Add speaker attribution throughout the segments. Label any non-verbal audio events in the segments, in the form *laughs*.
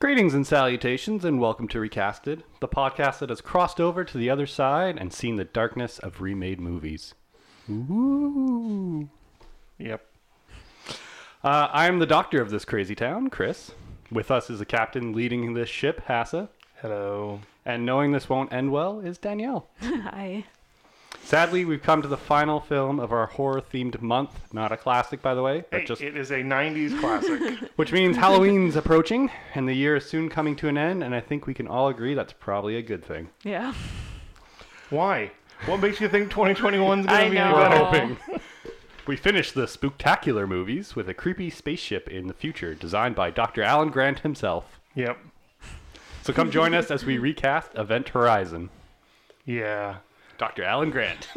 Speaker 1: Greetings and salutations, and welcome to Recasted, the podcast that has crossed over to the other side and seen the darkness of remade movies. Ooh.
Speaker 2: Yep.
Speaker 1: Uh, I'm the doctor of this crazy town, Chris. With us is the captain leading this ship, Hassa.
Speaker 2: Hello.
Speaker 1: And knowing this won't end well is Danielle.
Speaker 3: Hi.
Speaker 1: Sadly, we've come to the final film of our horror themed month. Not a classic, by the way, but
Speaker 2: Hey,
Speaker 1: just
Speaker 2: It is a 90s classic.
Speaker 1: Which means Halloween's approaching and the year is soon coming to an end, and I think we can all agree that's probably a good thing.
Speaker 3: Yeah.
Speaker 2: *laughs* Why? What makes you think 2021 is
Speaker 3: I
Speaker 2: going to be any
Speaker 3: know.
Speaker 2: better?
Speaker 1: hoping. *laughs* We finished the spooktacular movies with a creepy spaceship in the future designed by Dr. Alan Grant himself.
Speaker 2: Yep.
Speaker 1: So come join us as *laughs* we recast Event Horizon.
Speaker 2: Yeah.
Speaker 1: Dr. Alan Grant.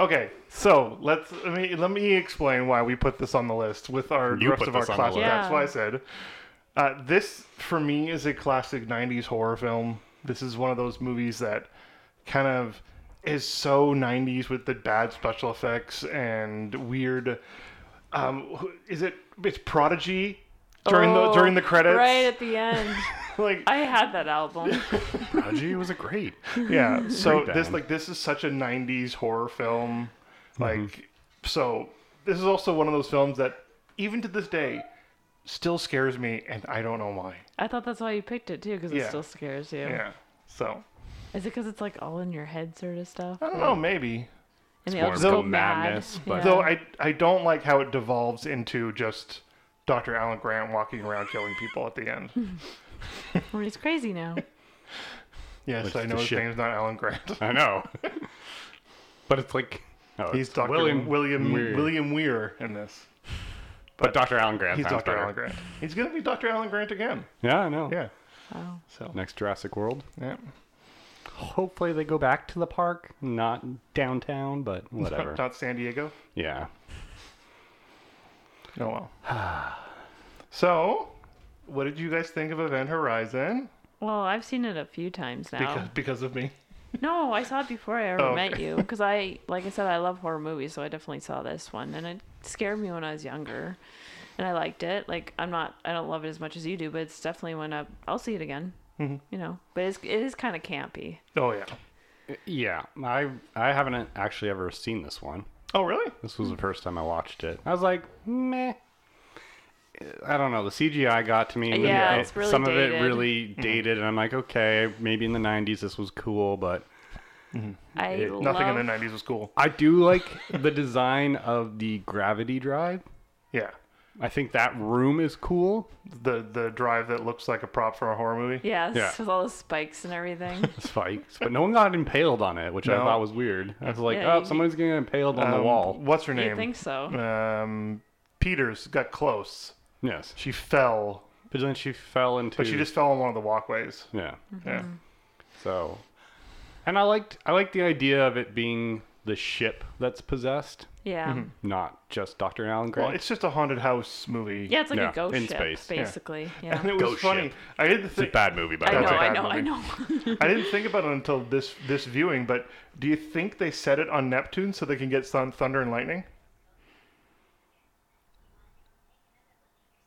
Speaker 2: Okay, so let's let me let me explain why we put this on the list with our
Speaker 1: You
Speaker 2: rest
Speaker 1: put
Speaker 2: of our
Speaker 1: this on the
Speaker 2: classic.
Speaker 3: list.
Speaker 2: That's
Speaker 3: Yeah.
Speaker 2: why I said uh, this for me is a classic '90s horror film. This is one of those movies that kind of is so '90s with the bad special effects and weird. Um, who- is it? It's Prodigy during the
Speaker 3: Oh,
Speaker 2: during the credits. *laughs*
Speaker 3: Right at the end.
Speaker 2: Like
Speaker 3: *laughs* I had that album.
Speaker 1: Prodigy was a great.
Speaker 2: yeah so
Speaker 1: Great
Speaker 2: this
Speaker 1: band.
Speaker 2: like this is such a 90s horror film like so this is also one of those films that even to this day still scares me and i don't know why
Speaker 3: I thought that's why you picked it too, because
Speaker 2: Yeah.
Speaker 3: it still scares you.
Speaker 2: yeah so
Speaker 3: Is it because it's like all in your head sort of stuff?
Speaker 2: i don't know maybe
Speaker 3: And they
Speaker 1: more
Speaker 3: all just
Speaker 1: of
Speaker 3: go
Speaker 1: a madness,
Speaker 3: mad.
Speaker 1: but-
Speaker 3: Yeah.
Speaker 2: though i i don't like how it devolves into just dr alan grant walking around killing people at the end
Speaker 3: Well, he's crazy
Speaker 2: *laughs*
Speaker 3: now.
Speaker 2: yes
Speaker 1: Which
Speaker 2: i
Speaker 1: is
Speaker 2: know
Speaker 1: the
Speaker 2: his
Speaker 1: shit.
Speaker 2: name's not alan
Speaker 1: *laughs*
Speaker 2: grant
Speaker 1: I know. but it's like. Oh,
Speaker 2: he's
Speaker 1: it's
Speaker 2: dr william william
Speaker 1: Weir.
Speaker 2: william weir in this
Speaker 1: But Dr. Alan Grant.
Speaker 2: he's
Speaker 1: sounds
Speaker 2: dr
Speaker 1: better.
Speaker 2: alan grant he's gonna be dr alan grant again
Speaker 1: Yeah, I know.
Speaker 2: yeah
Speaker 3: Wow.
Speaker 2: so
Speaker 1: Next Jurassic World.
Speaker 2: yeah
Speaker 1: Hopefully they go back to the park, not downtown, but whatever.
Speaker 2: *laughs* Not, not San Diego.
Speaker 1: Yeah.
Speaker 2: Oh well. *sighs* so, what did you guys think of Event Horizon?
Speaker 3: Well, I've seen it a few times now.
Speaker 2: Because because of me.
Speaker 3: *laughs* No, I saw it before I ever
Speaker 2: Oh,
Speaker 3: met
Speaker 2: okay.
Speaker 3: you. Because I, like I said, I love horror movies, so I definitely saw this one, and it scared me when I was younger, and I liked it. Like I'm not, I don't love it as much as you do, but it's definitely one up. I'll see it again.
Speaker 2: Mm-hmm.
Speaker 3: You know, but it's it is kind of campy.
Speaker 2: Oh yeah.
Speaker 1: Yeah, I I haven't actually ever seen this one.
Speaker 2: Oh really?
Speaker 1: This
Speaker 3: Hmm.
Speaker 1: was the first time I watched it. I was like, meh. I don't know. The CGI got to me. and
Speaker 3: Yeah,
Speaker 1: it-
Speaker 3: it's really
Speaker 1: some of it
Speaker 3: dated. Mm-hmm.
Speaker 1: really dated, and I'm like, okay, maybe in the '90s this was cool, but
Speaker 3: I
Speaker 1: It-
Speaker 3: love,
Speaker 2: Nothing in the '90s was cool.
Speaker 1: I do like
Speaker 3: *laughs*
Speaker 1: the design of the gravity drive.
Speaker 2: Yeah.
Speaker 1: I think that room is cool.
Speaker 2: The the drive that looks like a prop for a horror movie.
Speaker 3: Yes,
Speaker 1: Yeah.
Speaker 3: with all the spikes and
Speaker 2: *laughs*
Speaker 3: everything.
Speaker 1: Spikes, but no one got impaled on it, which I
Speaker 2: No.
Speaker 1: thought was weird. I was like,
Speaker 3: Yeah,
Speaker 1: oh,
Speaker 3: you-
Speaker 1: somebody's getting impaled on the
Speaker 2: Um,
Speaker 1: wall.
Speaker 2: What's her
Speaker 3: you
Speaker 2: name?
Speaker 3: think so?
Speaker 2: Um, Peters got close.
Speaker 1: Yes,
Speaker 2: She fell,
Speaker 1: but then she fell into.
Speaker 2: but she just fell on one of the walkways.
Speaker 1: yeah.
Speaker 2: Yeah.
Speaker 3: Mm-hmm.
Speaker 1: So, and I liked I liked the idea of it being the ship that's possessed,
Speaker 3: Yeah.
Speaker 2: Mm-hmm.
Speaker 1: not just Doctor Alan Grant.
Speaker 2: Well, it's just a haunted house movie.
Speaker 3: Yeah, it's like
Speaker 1: Yeah,
Speaker 3: a ghost
Speaker 1: in
Speaker 3: ship,
Speaker 1: space. Yeah.
Speaker 2: *laughs*
Speaker 3: basically. Yeah.
Speaker 2: And it was
Speaker 1: Ghost
Speaker 2: funny.
Speaker 1: ship.
Speaker 2: I did the thing.
Speaker 1: bad movie, by
Speaker 3: I know,
Speaker 2: That's a
Speaker 3: I
Speaker 2: bad
Speaker 3: know, I know.
Speaker 2: *laughs*
Speaker 3: *laughs*
Speaker 2: I didn't think about it until this this viewing, but do you think they set it on Neptune so they can get sun, thunder and lightning?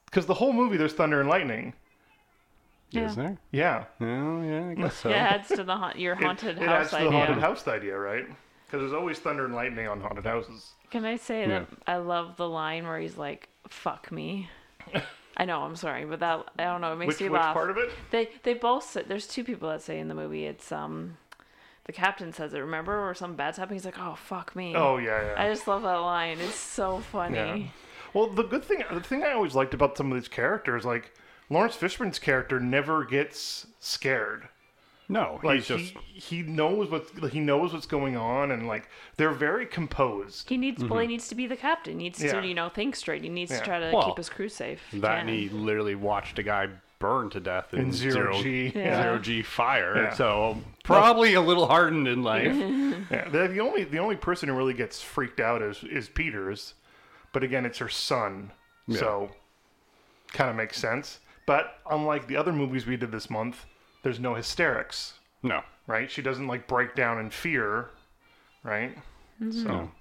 Speaker 2: Because the whole movie there's thunder and lightning.
Speaker 1: Is
Speaker 3: Yeah.
Speaker 1: there?
Speaker 2: Yeah,
Speaker 1: Oh, yeah, I guess so.
Speaker 3: Yeah, it adds to the haunt, your
Speaker 2: It-
Speaker 3: haunted
Speaker 2: it, adds
Speaker 3: house
Speaker 2: to
Speaker 3: idea.
Speaker 2: the haunted house idea, right? Because there's always thunder and lightning on haunted houses.
Speaker 3: Can I say
Speaker 1: Yeah.
Speaker 3: that I love the line where he's like, "Fuck me."
Speaker 2: *laughs*
Speaker 3: I know, I'm sorry, but that I don't know. It makes
Speaker 2: Which,
Speaker 3: me
Speaker 2: which
Speaker 3: laugh.
Speaker 2: part of it?
Speaker 3: They they both say, there's two people that say in the movie it's um the captain says it remember or something bad's happening he's like oh fuck me
Speaker 2: Oh yeah, yeah.
Speaker 3: I just love that line it's so funny
Speaker 2: Well, the good thing, the thing I always liked about some of these characters, like Lawrence Fishburne's character, never gets scared.
Speaker 1: No,
Speaker 2: Like
Speaker 1: he's just
Speaker 2: he, he knows what he knows what's going on, and like they're very composed.
Speaker 3: he needs well he needs to be the captain he needs
Speaker 2: Mm-hmm. Yeah.
Speaker 3: to you know think straight he needs
Speaker 2: Yeah.
Speaker 3: to try to
Speaker 1: Well,
Speaker 3: keep his crew safe if he
Speaker 1: that,
Speaker 3: can.
Speaker 1: and he literally watched a guy burn to death in,
Speaker 2: In zero G.
Speaker 3: Yeah.
Speaker 1: zero G fire.
Speaker 2: Yeah.
Speaker 1: So probably a little hardened in life.
Speaker 2: *laughs* Yeah, the, the only the only person who really gets freaked out is is Peters, but again, it's her son, so kind of makes sense. But unlike the other movies we did this month, there's no hysterics,
Speaker 1: No,
Speaker 2: right? She doesn't like break down in fear, right? So
Speaker 1: no.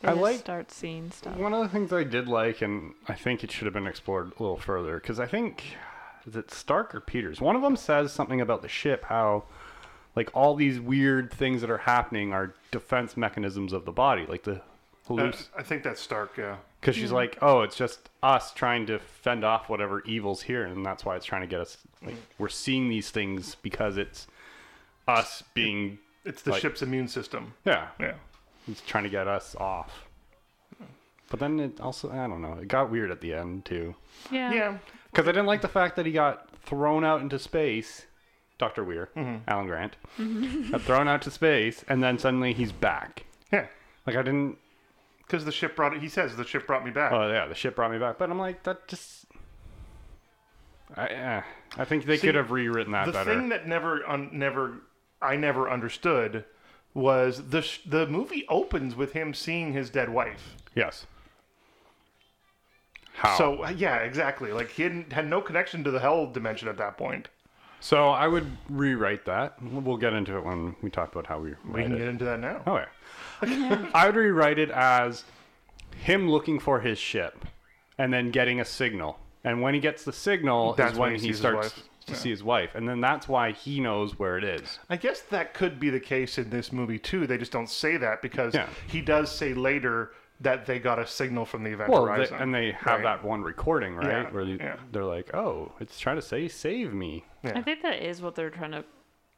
Speaker 3: They
Speaker 1: I
Speaker 3: just
Speaker 1: like-
Speaker 3: start seeing stuff
Speaker 1: One of the things I did like, and I think it should have been explored a little further, because I think is it Stark or Peters? One of them says something about the ship, how like all these weird things that are happening are defense mechanisms of the body, like the
Speaker 2: Uh,
Speaker 1: halluc-
Speaker 2: I think that's Stark. Yeah.
Speaker 1: because she's like, oh, it's just us trying to fend off whatever evils here, and that's why it's trying to get us. Like, we're seeing these things because it's us being,
Speaker 2: It's the
Speaker 1: Like-
Speaker 2: ship's immune system.
Speaker 1: yeah,
Speaker 2: Yeah.
Speaker 1: it's trying to get us off. But then it also, I don't know, it got weird at the end too,
Speaker 3: Yeah.
Speaker 2: Yeah.
Speaker 1: because I didn't like the fact that he got thrown out into space. Doctor Weir,
Speaker 2: Mm-hmm.
Speaker 1: Alan Grant, got thrown out to space, and then suddenly he's back.
Speaker 2: Yeah.
Speaker 1: Like I didn't.
Speaker 2: Because the ship brought. He says the ship brought me back.
Speaker 1: Oh yeah, the ship brought me back, but I'm like that just. I uh, I think they
Speaker 2: See,
Speaker 1: could have rewritten that
Speaker 2: the
Speaker 1: better.
Speaker 2: thing that never un, never I never understood was the sh- the movie opens with him seeing his dead wife.
Speaker 1: Yes. How? So,
Speaker 2: So uh, yeah, exactly. Like he hadn't, had no connection to the hell dimension at that point.
Speaker 1: so I would rewrite that. We'll get into it when we talk about how we
Speaker 2: We
Speaker 1: write
Speaker 2: can
Speaker 1: it.
Speaker 2: get into that now.
Speaker 1: Oh yeah. *laughs* I would rewrite it as him looking for his ship and then getting a signal. And when he gets the signal
Speaker 2: That's
Speaker 1: is when,
Speaker 2: when
Speaker 1: he,
Speaker 2: he sees his
Speaker 1: starts
Speaker 2: wife.
Speaker 1: to see his wife. And then that's why he knows where it is.
Speaker 2: I guess that could be the case in this movie too. They just don't say that because
Speaker 1: Yeah.
Speaker 2: he does say later that they got a signal from the event
Speaker 1: Well, they,
Speaker 2: horizon,
Speaker 1: and they have
Speaker 2: Right.
Speaker 1: that one recording, right?
Speaker 2: Yeah,
Speaker 1: Where they,
Speaker 2: yeah.
Speaker 1: they're like, "Oh, it's trying to say save me."
Speaker 3: I think that is what they're trying to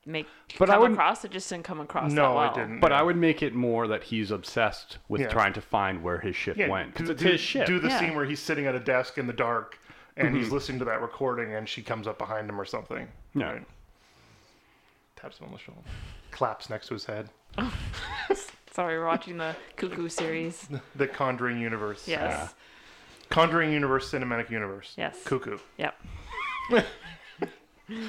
Speaker 3: make
Speaker 1: But I
Speaker 3: come
Speaker 1: wouldn't-
Speaker 3: across. It just didn't come across.
Speaker 2: No,
Speaker 3: that well.
Speaker 2: I didn't.
Speaker 1: But
Speaker 2: Mm. yeah.
Speaker 1: I would make it more that he's obsessed with
Speaker 2: Yeah.
Speaker 1: trying to find where his ship
Speaker 2: Yeah,
Speaker 1: went because
Speaker 2: do-
Speaker 1: it's
Speaker 2: do-
Speaker 1: his ship. Mm-hmm.
Speaker 2: Do the
Speaker 3: Yeah.
Speaker 2: scene where he's sitting at a desk in the dark and he's listening to that recording, and she comes up behind him or something.
Speaker 1: Yeah.
Speaker 2: Taps him on the shoulder, claps next to his head.
Speaker 3: Sorry, we're watching the
Speaker 2: *laughs*
Speaker 3: Cuckoo series.
Speaker 2: The Conjuring universe.
Speaker 3: Yes.
Speaker 2: Conjuring universe, cinematic universe.
Speaker 3: Yes.
Speaker 2: Cuckoo.
Speaker 3: Yep.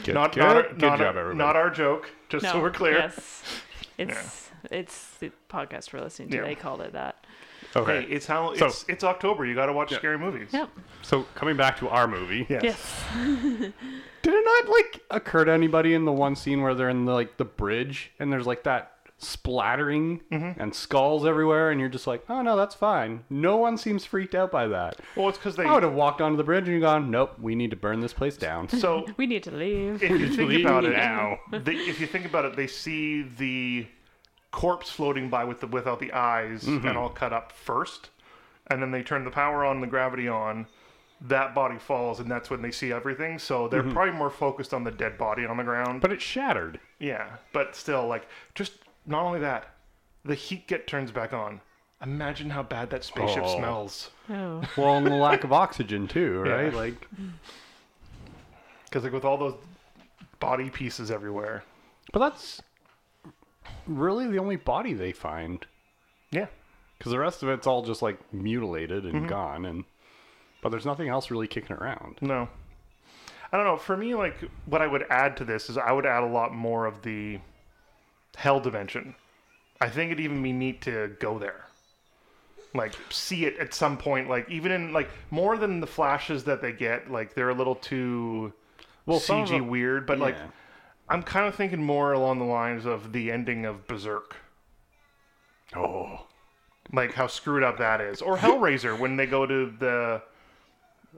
Speaker 1: Good,
Speaker 2: Not
Speaker 1: good-
Speaker 2: not, our,
Speaker 1: good
Speaker 2: not,
Speaker 1: job,
Speaker 2: our,
Speaker 1: everybody.
Speaker 2: not our joke. Just so we're clear.
Speaker 3: Yes.
Speaker 2: *laughs*
Speaker 3: It's it's the podcast we're listening to.
Speaker 2: Yeah.
Speaker 3: They called it that.
Speaker 1: okay.
Speaker 2: Hey, it's how it's it's October. You got to watch scary movies.
Speaker 3: Yep.
Speaker 1: so coming back to our movie,
Speaker 2: Yes.
Speaker 3: Yes.
Speaker 1: did it not like occur to anybody in the one scene where they're in the, like the bridge and there's like that splattering and skulls everywhere, and you're just like, "Oh no, that's fine." No one seems freaked out by that.
Speaker 2: Well, it's because they.
Speaker 1: I would have walked onto the bridge and gone, "Nope, we need to burn this place down."
Speaker 2: So
Speaker 3: We need to leave.
Speaker 2: if you think about it
Speaker 1: now.
Speaker 2: they, if you think about it, they see the corpse floating by with the without the eyes
Speaker 1: Mm-hmm.
Speaker 2: and all cut up first, and then they turn the power on, the gravity on. That body falls, and that's when they see everything. So they're probably more focused on the dead body on the ground.
Speaker 1: Mm-hmm. But it shattered.
Speaker 2: yeah, but still, like just not only that, the heat get turns back on. Imagine how bad that spaceship
Speaker 1: Oh.
Speaker 2: smells
Speaker 3: Oh.
Speaker 1: Well, and the lack of oxygen too, right?
Speaker 2: Yeah.
Speaker 1: Like,
Speaker 2: because like with all those body pieces everywhere.
Speaker 1: but that's really the only body they find.
Speaker 2: Yeah,
Speaker 1: because the rest of it's all just like mutilated and gone and but there's nothing else really kicking around
Speaker 2: No. I don't know. For me, like what I would add to this is I would add a lot more of the hell dimension. I think it'd even be neat to go there. Like see it at some point, like even in like more than the flashes that they get, like they're a little too
Speaker 1: well some
Speaker 2: CG
Speaker 1: of them-
Speaker 2: weird, but like
Speaker 1: yeah.
Speaker 2: I'm kind of thinking more along the lines of the ending of Berserk.
Speaker 1: oh
Speaker 2: Like how screwed up that is. Or Hellraiser when they go to the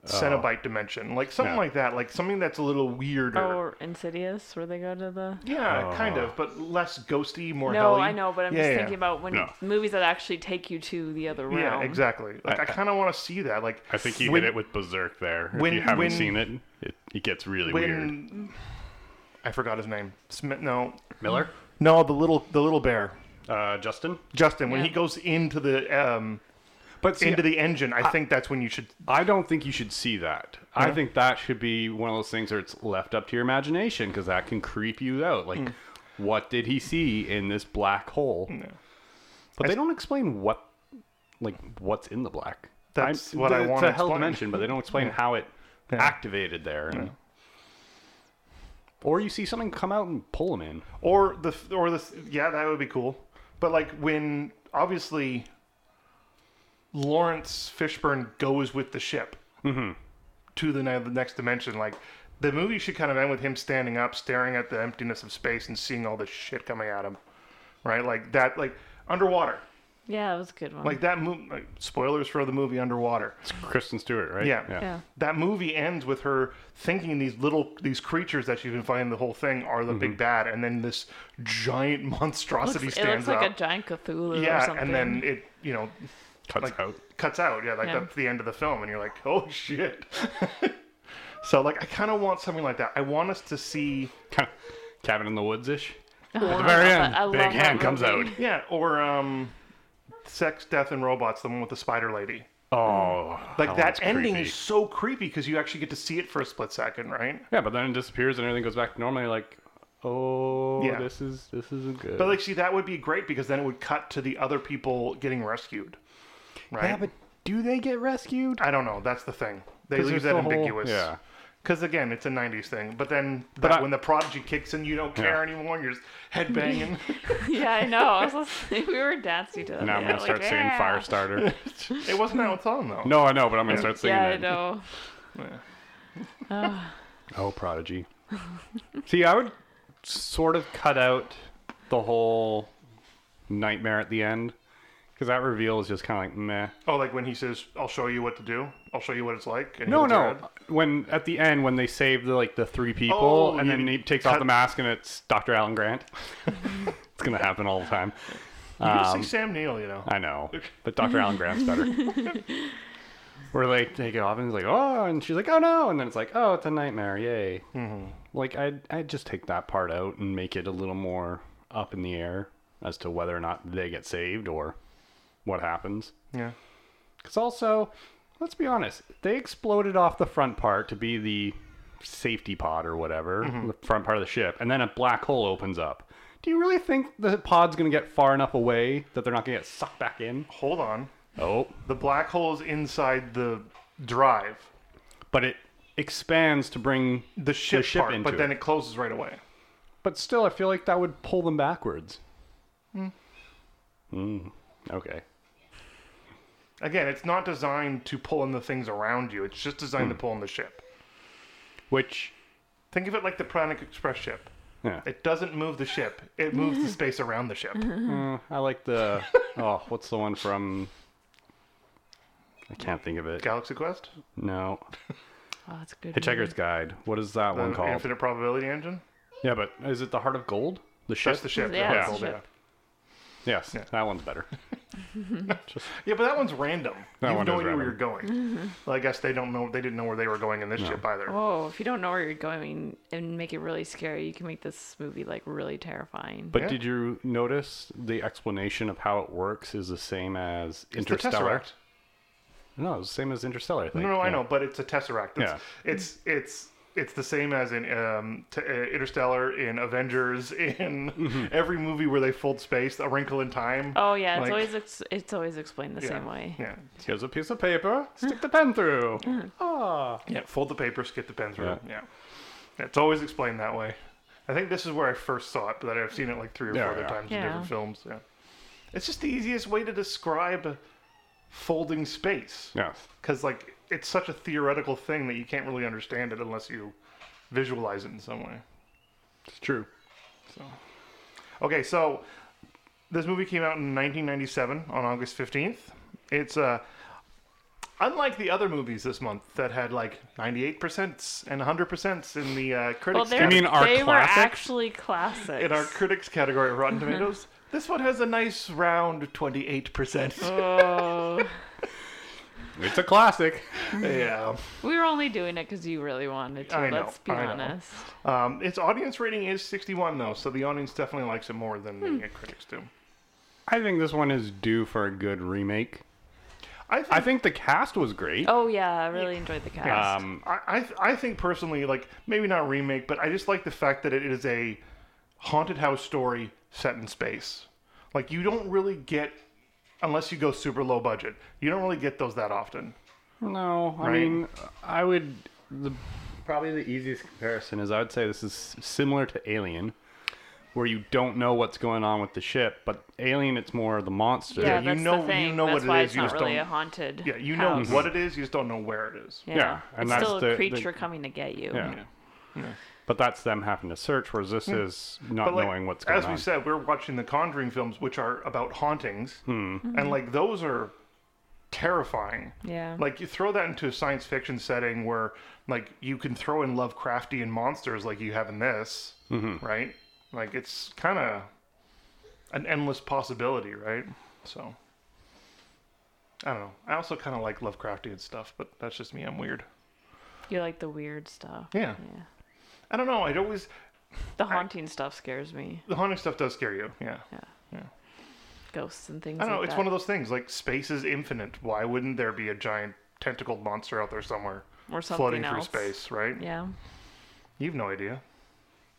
Speaker 2: Cenobite dimension. Like something
Speaker 1: Oh. Yeah.
Speaker 2: like that. Like something that's a little weirder.
Speaker 3: Or Insidious, where they go to the.
Speaker 2: Yeah, kind
Speaker 1: Oh.
Speaker 2: of, but less ghosty, more
Speaker 3: No,
Speaker 2: helly.
Speaker 3: I know, but I'm
Speaker 2: Yeah,
Speaker 3: just
Speaker 2: yeah.
Speaker 3: thinking about when
Speaker 1: No.
Speaker 3: movies that actually take you to the other realm.
Speaker 2: Yeah, exactly. Like I,
Speaker 1: I-
Speaker 2: kind of want to see that. Like
Speaker 1: i think you
Speaker 2: when-
Speaker 1: hit it with berserk there
Speaker 2: when-
Speaker 1: if you haven't
Speaker 2: when-
Speaker 1: seen it, it it gets really weird
Speaker 2: when I forgot his name. Smith? No,
Speaker 1: miller
Speaker 2: no, the little the little bear,
Speaker 1: uh, justin
Speaker 2: Justin. When
Speaker 3: Yeah.
Speaker 2: he goes into the um
Speaker 1: but see,
Speaker 2: into the engine, I, think that's when you should.
Speaker 1: i don't think you should see that i
Speaker 2: Uh-huh.
Speaker 1: think that should be one of those things where it's left up to your imagination because that can creep you out like
Speaker 2: Mm.
Speaker 1: what did he see in this black hole but they don't explain what like what's in the black
Speaker 2: That's what I
Speaker 1: it's
Speaker 2: wanna
Speaker 1: a hell
Speaker 2: explain.
Speaker 1: dimension but they don't explain how it activated there and- or you see something come out and pull them in
Speaker 2: Or the or the yeah, that would be cool. But like when obviously Lawrence Fishburne goes with the ship to the, ne- the next dimension, like the movie should kind of end with him standing up, staring at the emptiness of space, and seeing all this shit coming at him, right? Like that, like underwater.
Speaker 3: Yeah, it was a good one.
Speaker 2: Like that movie. Like, spoilers for the movie Underwater.
Speaker 1: It's Kristen Stewart, right?
Speaker 2: Yeah.
Speaker 3: yeah.
Speaker 2: That movie ends with her thinking these little these creatures that she's been fighting the whole thing are the
Speaker 1: Mm-hmm.
Speaker 2: big bad, and then this giant *laughs*
Speaker 3: Looks,
Speaker 2: monstrosity
Speaker 3: it looks
Speaker 2: stands
Speaker 3: like
Speaker 2: up.
Speaker 3: a giant Cthulhu or
Speaker 2: yeah,
Speaker 3: something.
Speaker 2: and then it you know
Speaker 1: Cuts
Speaker 2: like
Speaker 1: out.
Speaker 2: cuts out. Yeah, like
Speaker 3: Yeah.
Speaker 2: that's the end of the film, and you're like, oh shit. *laughs* so like, I kind of want something like that. I want us to see,
Speaker 1: Kind of cabin in the woods ish.
Speaker 3: Oh,
Speaker 1: At the
Speaker 3: I
Speaker 1: very
Speaker 3: love
Speaker 1: end,
Speaker 3: that- I
Speaker 1: big
Speaker 3: love that
Speaker 1: hand comes out.
Speaker 3: movie.
Speaker 2: yeah, or um, Sex, Death, and Robots, the one with the spider lady.
Speaker 1: Oh,
Speaker 2: Mm. Like
Speaker 1: that's
Speaker 2: that ending
Speaker 1: creepy.
Speaker 2: is so creepy because you actually get to see it for a split second, right?
Speaker 1: Yeah, but then it disappears and everything goes back to normal. You're like, oh,
Speaker 2: Yeah.
Speaker 1: this is this isn't good.
Speaker 2: But like, see, that would be great because then it would cut to the other people getting rescued, right?
Speaker 1: yeah, but do they get rescued?
Speaker 2: I don't know. That's the thing. They
Speaker 1: 'Cause
Speaker 2: leave
Speaker 1: there's
Speaker 2: that
Speaker 1: the whole-
Speaker 2: ambiguous.
Speaker 1: yeah.
Speaker 2: Because again, it's a '90s thing. But then,
Speaker 1: But
Speaker 2: that-
Speaker 1: I-
Speaker 2: when the prodigy kicks in, you don't care anymore. You're just
Speaker 1: *laughs*
Speaker 2: headbanging.
Speaker 3: *laughs* Yeah, I know. I was listening. We were dancing to that.
Speaker 1: Now I'm
Speaker 3: yeah,
Speaker 1: gonna
Speaker 3: like,
Speaker 1: start saying
Speaker 3: yeah.
Speaker 1: Firestarter.
Speaker 2: it wasn't how it's on though.
Speaker 1: no, I know, but I'm gonna start singing
Speaker 3: Yeah, I
Speaker 1: that.
Speaker 3: know.
Speaker 1: Oh, Prodigy. See, I would sort of cut out the whole nightmare at the end because that reveal is just kind of like meh.
Speaker 2: Oh, like when he says, "I'll show you what to do. I'll show you what it's like." and he
Speaker 1: No,
Speaker 2: holds her
Speaker 1: no.
Speaker 2: head.
Speaker 1: When at the end, when they save the like the three people,
Speaker 2: Oh,
Speaker 1: and
Speaker 2: you
Speaker 1: then he takes off
Speaker 2: cut-
Speaker 1: the mask, and it's Dr. Alan Grant. *laughs* it's gonna happen all the time.
Speaker 2: *laughs* You can
Speaker 1: Um,
Speaker 2: see Sam Neill, you know.
Speaker 1: I know, but Dr. Alan Grant's
Speaker 2: *laughs*
Speaker 1: better. Where like take it off and he's like, oh, and she's like, oh no, and then it's like, oh, it's a nightmare, yay.
Speaker 2: Mm-hmm.
Speaker 1: Like I, I just take that part out and make it a little more up in the air as to whether or not they get saved or what happens.
Speaker 2: yeah.
Speaker 1: Because also, let's be honest, they exploded off the front part to be the safety pod or whatever,
Speaker 2: Mm-hmm.
Speaker 1: the front part of the ship, and then a black hole opens up. Do you really think the pod's gonna get far enough away that they're not gonna get sucked back in?
Speaker 2: Hold on.
Speaker 1: Oh,
Speaker 2: The black hole is inside the drive,
Speaker 1: but it expands to bring
Speaker 2: the ship,
Speaker 1: ship
Speaker 2: part,
Speaker 1: into
Speaker 2: but then
Speaker 1: it.
Speaker 2: it closes right away.
Speaker 1: but still i feel like that would pull them backwards
Speaker 2: Hmm.
Speaker 1: mm. okay
Speaker 2: Again, it's not designed to pull in the things around you. It's just designed
Speaker 1: Hmm.
Speaker 2: to pull in the ship.
Speaker 1: which
Speaker 2: Think of it like the Pranic Express ship.
Speaker 1: yeah
Speaker 2: It doesn't move the ship. It moves
Speaker 3: *laughs*
Speaker 2: the space around the ship.
Speaker 3: Uh-huh.
Speaker 1: uh, i like the *laughs* oh what's the one from i can't think of it
Speaker 2: Galaxy Quest,
Speaker 1: no
Speaker 3: Oh, that's a good.
Speaker 1: hitchhiker's guide what is that one
Speaker 2: The
Speaker 1: called
Speaker 2: Mm. Uh, Infinite Probability Engine.
Speaker 1: yeah but is it the heart of gold the ship
Speaker 2: That's the ship.
Speaker 3: Yeah,
Speaker 2: the
Speaker 1: it's
Speaker 2: whole
Speaker 3: the
Speaker 2: day.
Speaker 3: ship.
Speaker 1: yes
Speaker 2: Yeah.
Speaker 1: that one's
Speaker 2: *laughs*
Speaker 1: better
Speaker 2: Yeah, but that one's random.
Speaker 1: That
Speaker 2: you
Speaker 1: one
Speaker 2: have no
Speaker 1: is
Speaker 2: idea where
Speaker 1: random.
Speaker 2: you're
Speaker 3: Mm-hmm.
Speaker 2: going. well, I guess they don't know. They didn't know where they were going in this ship either.
Speaker 3: Oh, if you don't know where you're going and make it really scary, you can make this movie like really terrifying.
Speaker 1: but
Speaker 2: Yeah.
Speaker 1: did you notice the explanation of how it works is the same as
Speaker 2: It's the
Speaker 1: interstellar
Speaker 2: Tesseract.
Speaker 1: no it's the same as interstellar I think.
Speaker 2: No, no, I
Speaker 1: Yeah.
Speaker 2: know, but it's a tesseract. It's, it's it's it's the same as in um, t- uh, Interstellar, in Avengers, *laughs* in
Speaker 1: Mm-hmm.
Speaker 2: every movie where they fold space, A Wrinkle in Time.
Speaker 3: oh yeah, it's
Speaker 2: like-
Speaker 3: always ex- it's always explained the
Speaker 2: yeah,
Speaker 3: same way.
Speaker 2: Yeah,
Speaker 1: Here's a piece of
Speaker 2: *laughs*
Speaker 1: paper. Stick the pen through. Ah.
Speaker 2: yeah. Fold the paper, skip the pen through. Yeah.
Speaker 1: Yeah.
Speaker 2: Yeah, it's always explained that way. I think this is where I first saw it, but I've seen it like three or
Speaker 1: Yeah,
Speaker 2: four other
Speaker 1: yeah.
Speaker 2: times in
Speaker 3: Yeah.
Speaker 2: different films. Yeah, it's just the easiest way to describe folding space.
Speaker 1: Yeah.
Speaker 2: because like it's such a theoretical thing that you can't really understand it unless you visualize it in some way.
Speaker 1: It's true.
Speaker 2: So, okay, so this movie came out in 1997 on August 15th. It's uh, unlike the other movies this month that had like 98% and 100% in the uh, critics
Speaker 3: they're-
Speaker 1: You mean our
Speaker 3: they were
Speaker 1: classics?
Speaker 3: actually classics.
Speaker 2: in our critics category of Rotten Tomatoes. This one has a nice round 28%.
Speaker 3: oh,
Speaker 1: It's a classic.
Speaker 2: *laughs* yeah.
Speaker 3: we were only doing it because you really wanted to.
Speaker 2: I know,
Speaker 3: let's be
Speaker 2: I know.
Speaker 3: honest.
Speaker 2: Um, its audience rating is 61 though, so the audience definitely likes it more than the uh, critics do.
Speaker 1: I think this one is due for a good remake.
Speaker 2: I think
Speaker 1: I think the cast was great.
Speaker 3: Oh yeah, I really enjoyed the cast.
Speaker 1: Um,
Speaker 2: I, I th- I think personally, like maybe not a remake, but I just like the fact that it is a haunted house story set in space. Like you don't really get, unless you go super low budget, you don't really get those that often.
Speaker 1: no, I
Speaker 2: Right.
Speaker 1: mean, I would. The, probably the easiest comparison is I would say this is similar to Alien, where you don't know what's going on with the ship, but Alien, it's more the monster.
Speaker 3: yeah,
Speaker 2: you
Speaker 3: that's
Speaker 2: know- you
Speaker 3: the thing.
Speaker 2: know
Speaker 3: that's
Speaker 2: what it
Speaker 3: why
Speaker 2: is,
Speaker 3: it's
Speaker 2: you
Speaker 3: not
Speaker 2: just
Speaker 3: really
Speaker 2: don't-
Speaker 3: a haunted.
Speaker 2: Yeah, you know
Speaker 3: house.
Speaker 2: what it is, you just don't know where it is.
Speaker 3: Yeah,
Speaker 1: Yeah, and
Speaker 3: it's
Speaker 1: that's
Speaker 3: still
Speaker 1: the-
Speaker 3: a
Speaker 1: the-
Speaker 3: creature coming to get you.
Speaker 1: Yeah.
Speaker 2: Yeah.
Speaker 1: But that's them having to search, whereas this is not
Speaker 2: Hmm. like,
Speaker 1: knowing what's going
Speaker 2: as
Speaker 1: on.
Speaker 2: we said, we're watching the Conjuring films, which are about hauntings,
Speaker 1: Hmm.
Speaker 2: and like those are terrifying.
Speaker 3: Yeah.
Speaker 2: Like you throw that into a science fiction setting where like you can throw in Lovecraftian monsters like you have in this, right? Like it's kind of an endless possibility, right? So I don't know. I also kind of like Lovecraftian stuff, but that's just me. I'm weird.
Speaker 3: you like the weird stuff.
Speaker 2: Yeah.
Speaker 3: Yeah.
Speaker 2: I don't know. I'd always
Speaker 3: The haunting stuff scares me.
Speaker 2: the haunting stuff does scare you. Yeah.
Speaker 3: Ghosts and things.
Speaker 2: I don't know.
Speaker 3: like
Speaker 2: It's
Speaker 3: that.
Speaker 2: one of those things. Like space is infinite. Why wouldn't there be a giant tentacled monster out there somewhere,
Speaker 3: Or something
Speaker 2: floating
Speaker 3: else.
Speaker 2: through space? Right?
Speaker 3: Yeah.
Speaker 2: You've no idea.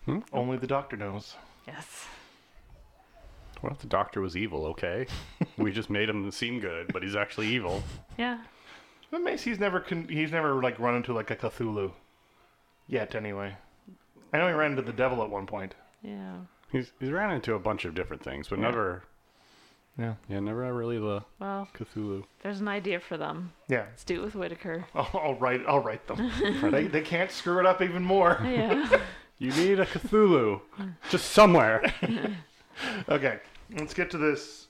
Speaker 3: Hmm?
Speaker 2: Only the doctor knows.
Speaker 3: Yes.
Speaker 1: What if the doctor was evil?
Speaker 2: *laughs*
Speaker 1: Okay, we just made him seem good, but he's actually evil.
Speaker 3: Yeah.
Speaker 2: But Mace, he's never con- he's never like run into like a Cthulhu, yet. Anyway, I know he ran into the devil at one point.
Speaker 3: Yeah.
Speaker 1: He's he's ran into a bunch of different things, but never,
Speaker 2: Yeah.
Speaker 1: yeah, never really the
Speaker 3: Well,
Speaker 1: Cthulhu.
Speaker 3: there's an idea for them.
Speaker 2: Yeah. *laughs*
Speaker 3: Let's do it with Whitaker.
Speaker 2: I'll, I'll write. I'll write
Speaker 3: *laughs*
Speaker 2: them. they, they can't screw it up even more.
Speaker 3: Oh, Yeah.
Speaker 1: You need a
Speaker 2: *laughs*
Speaker 1: Cthulhu, just somewhere.
Speaker 2: Okay. Let's get to this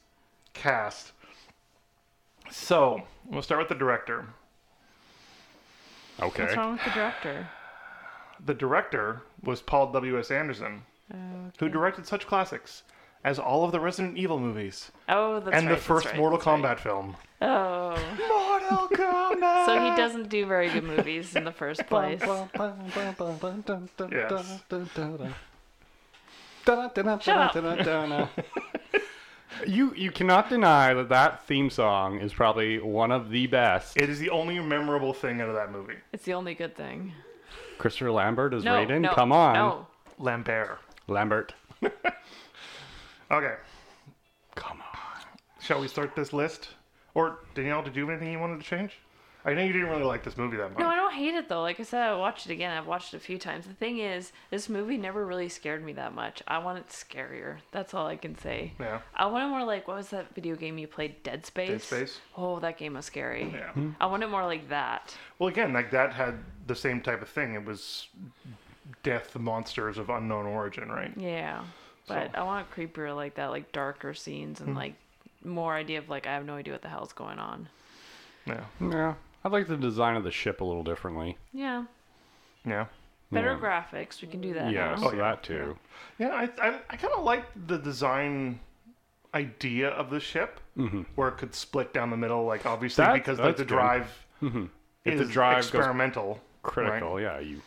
Speaker 2: cast. So we'll start with the director.
Speaker 1: Okay,
Speaker 3: What's wrong with the director?
Speaker 2: The director was Paul W. S. Anderson,
Speaker 3: Oh,
Speaker 2: who directed such classics as all of the Resident Evil movies
Speaker 3: Oh, that's
Speaker 2: and
Speaker 3: right,
Speaker 2: the
Speaker 3: that's
Speaker 2: first
Speaker 3: right,
Speaker 2: Mortal
Speaker 3: that's right.
Speaker 2: Kombat film.
Speaker 3: Oh,
Speaker 2: *laughs* Mortal Kombat.
Speaker 3: so he doesn't do very good movies in the *laughs* first place.
Speaker 2: Yes.
Speaker 3: *laughs*
Speaker 1: you you cannot deny that that theme song is probably one of the best.
Speaker 2: It is the only memorable thing out of that movie.
Speaker 3: It's the only good thing.
Speaker 1: Christopher Lambert is
Speaker 3: No,
Speaker 1: Raiden.
Speaker 3: no,
Speaker 1: Come on,
Speaker 3: No,
Speaker 2: Lambert.
Speaker 1: Lambert.
Speaker 2: Okay,
Speaker 1: Come on.
Speaker 2: shall we start this list? Or Danielle, did you have anything you wanted to change? I know you didn't really like this movie that much.
Speaker 3: no, I don't hate it though. Like I said, I watched it again. I've watched it a few times. The thing is, this movie never really scared me that much. I want it scarier. That's all I can say.
Speaker 2: Yeah.
Speaker 3: I want it more like what was that video game you played, Dead Space?
Speaker 2: Space?
Speaker 3: Oh, that game was scary.
Speaker 2: Yeah.
Speaker 1: Hmm.
Speaker 3: I want it more like that.
Speaker 2: Well, again, like that had the same type of thing. It was death monsters of unknown origin, right?
Speaker 3: Yeah, but I want it creepier like that, like darker scenes
Speaker 2: Hmm.
Speaker 3: and like more idea of like I have no idea what the hell's going on.
Speaker 2: Yeah.
Speaker 1: Yeah, I like the design of the ship a little differently.
Speaker 3: Yeah,
Speaker 2: Yeah.
Speaker 3: better
Speaker 1: Yeah.
Speaker 3: graphics. We can do that.
Speaker 1: Yeah,
Speaker 3: now.
Speaker 1: so that too.
Speaker 2: Yeah, I I, I kind of like the design idea of the ship, where it could split down the middle, like obviously
Speaker 1: Mm-hmm. That-
Speaker 2: because like
Speaker 1: that's
Speaker 2: the
Speaker 1: good. Mm-hmm.
Speaker 2: drive
Speaker 1: If
Speaker 2: is
Speaker 1: the drive goes
Speaker 2: experimental,
Speaker 1: Critical, yeah. You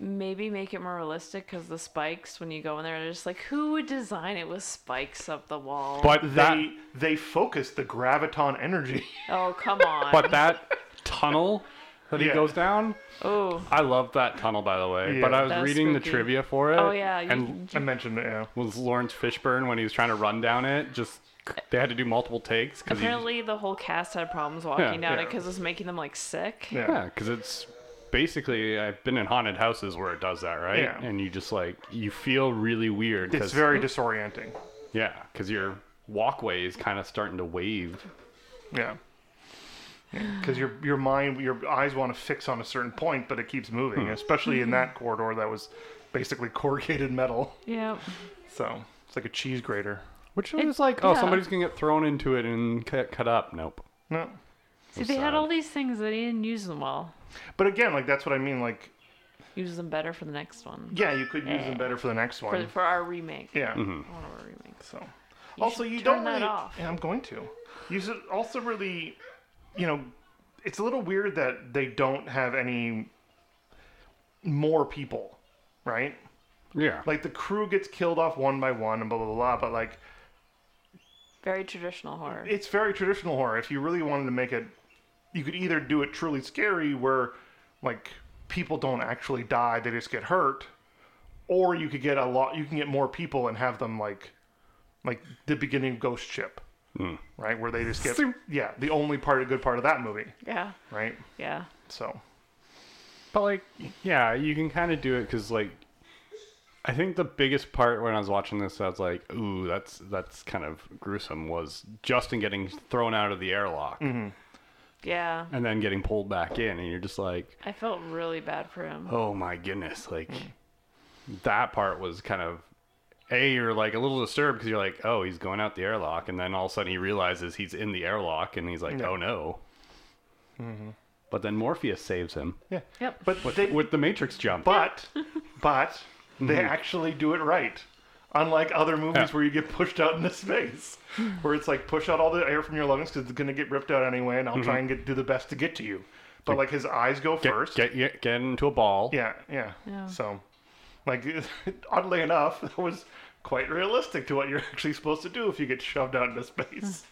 Speaker 3: Maybe make it more realistic because the spikes when you go in there, they're just like, who would design it with spikes up the wall?
Speaker 1: But
Speaker 2: They
Speaker 1: that
Speaker 3: *laughs*
Speaker 2: they focus the graviton energy. *laughs*
Speaker 3: oh come on.
Speaker 1: but that tunnel that he
Speaker 2: Yeah.
Speaker 1: goes down.
Speaker 3: oh
Speaker 1: I love that tunnel by the way.
Speaker 2: Yeah.
Speaker 1: But I was
Speaker 3: That was
Speaker 1: reading the
Speaker 3: spooky.
Speaker 1: trivia for it.
Speaker 3: oh yeah. You,
Speaker 1: And
Speaker 2: I mentioned it. Yeah.
Speaker 1: was Lawrence Fishburne when he was trying to run down it, just they had to do multiple takes because
Speaker 3: apparently the whole cast had problems walking down
Speaker 2: yeah.
Speaker 3: it 'cause it because it's making them like sick.
Speaker 2: Yeah.
Speaker 1: yeah, because it's basically I've been in haunted houses where it does that, right?
Speaker 2: Yeah.
Speaker 1: And you just like you feel really weird
Speaker 2: It's
Speaker 1: because
Speaker 2: very disorienting.
Speaker 1: yeah, because your walkway is kind of starting to wave.
Speaker 2: Yeah. Because your your mind, your eyes want to fix on a certain point, but it keeps
Speaker 1: Hmm.
Speaker 2: moving, especially in that corridor that was basically *laughs* corrugated metal.
Speaker 3: Yeah.
Speaker 2: So it's like a cheese grater.
Speaker 1: Which was like, oh,
Speaker 3: yeah.
Speaker 1: somebody's gonna get thrown into it and get cut up. Nope.
Speaker 2: No,
Speaker 3: See, they
Speaker 1: sad.
Speaker 3: had all these things that he didn't use them well.
Speaker 2: but again, like that's what I mean. Like
Speaker 3: Use them better for the next one.
Speaker 2: Yeah, you could use them better for the next one.
Speaker 3: For, for our remake.
Speaker 2: yeah.
Speaker 1: Mm-hmm.
Speaker 3: One of our remakes.
Speaker 2: So, also
Speaker 3: should
Speaker 2: you
Speaker 3: turn
Speaker 2: don't
Speaker 3: that
Speaker 2: really.
Speaker 3: off.
Speaker 2: Yeah, I'm going to. You should also really, you know, it's a little weird that they don't have any more people, right?
Speaker 1: Yeah.
Speaker 2: Like the crew gets killed off one by one and blah blah blah. But like,
Speaker 3: Very traditional horror.
Speaker 2: it's very traditional horror. If you really wanted to make it, you could either do it truly scary, where like people don't actually die; they just get hurt, or you could get a lot. You can get more people and have them like, like the beginning of Ghost Ship, right? Where they just get
Speaker 1: Zoom.
Speaker 2: yeah, the only part, a good part of that movie,
Speaker 3: Yeah.
Speaker 2: right?
Speaker 3: Yeah.
Speaker 2: So
Speaker 1: But like, yeah, you can kind of do it because like, I think the biggest part when I was watching this, I was like, ooh,
Speaker 2: Mm-hmm.
Speaker 1: that's that's kind of gruesome. Was Justin getting thrown out of the airlock?
Speaker 3: Yeah.
Speaker 1: and then getting pulled back in, and you're just like,
Speaker 3: I felt really bad for him.
Speaker 1: oh my goodness, like that part was kind of a you're like a little disturbed because you're like, oh, he's going out the airlock, and then all of a sudden he realizes he's in the airlock, and he's like,
Speaker 2: Yeah. Mm-hmm.
Speaker 1: oh no. But then Morpheus saves him
Speaker 2: Yeah.
Speaker 3: Yep.
Speaker 2: But
Speaker 1: with,
Speaker 2: they,
Speaker 1: with the Matrix jump.
Speaker 2: but but they actually do it right. Unlike other movies
Speaker 1: Mm-hmm. Yeah.
Speaker 2: where you get pushed out into space, where it's like push out all the air from your lungs because it's gonna get ripped out anyway, and I'll try and get do the best to get to you. But like his eyes go
Speaker 1: Mm-hmm. get,
Speaker 2: first.
Speaker 1: get get get into a ball.
Speaker 2: Yeah, yeah,
Speaker 3: Yeah.
Speaker 2: So, like, *laughs* oddly enough, that was quite realistic to what you're *laughs* actually supposed to do if you get shoved out into space.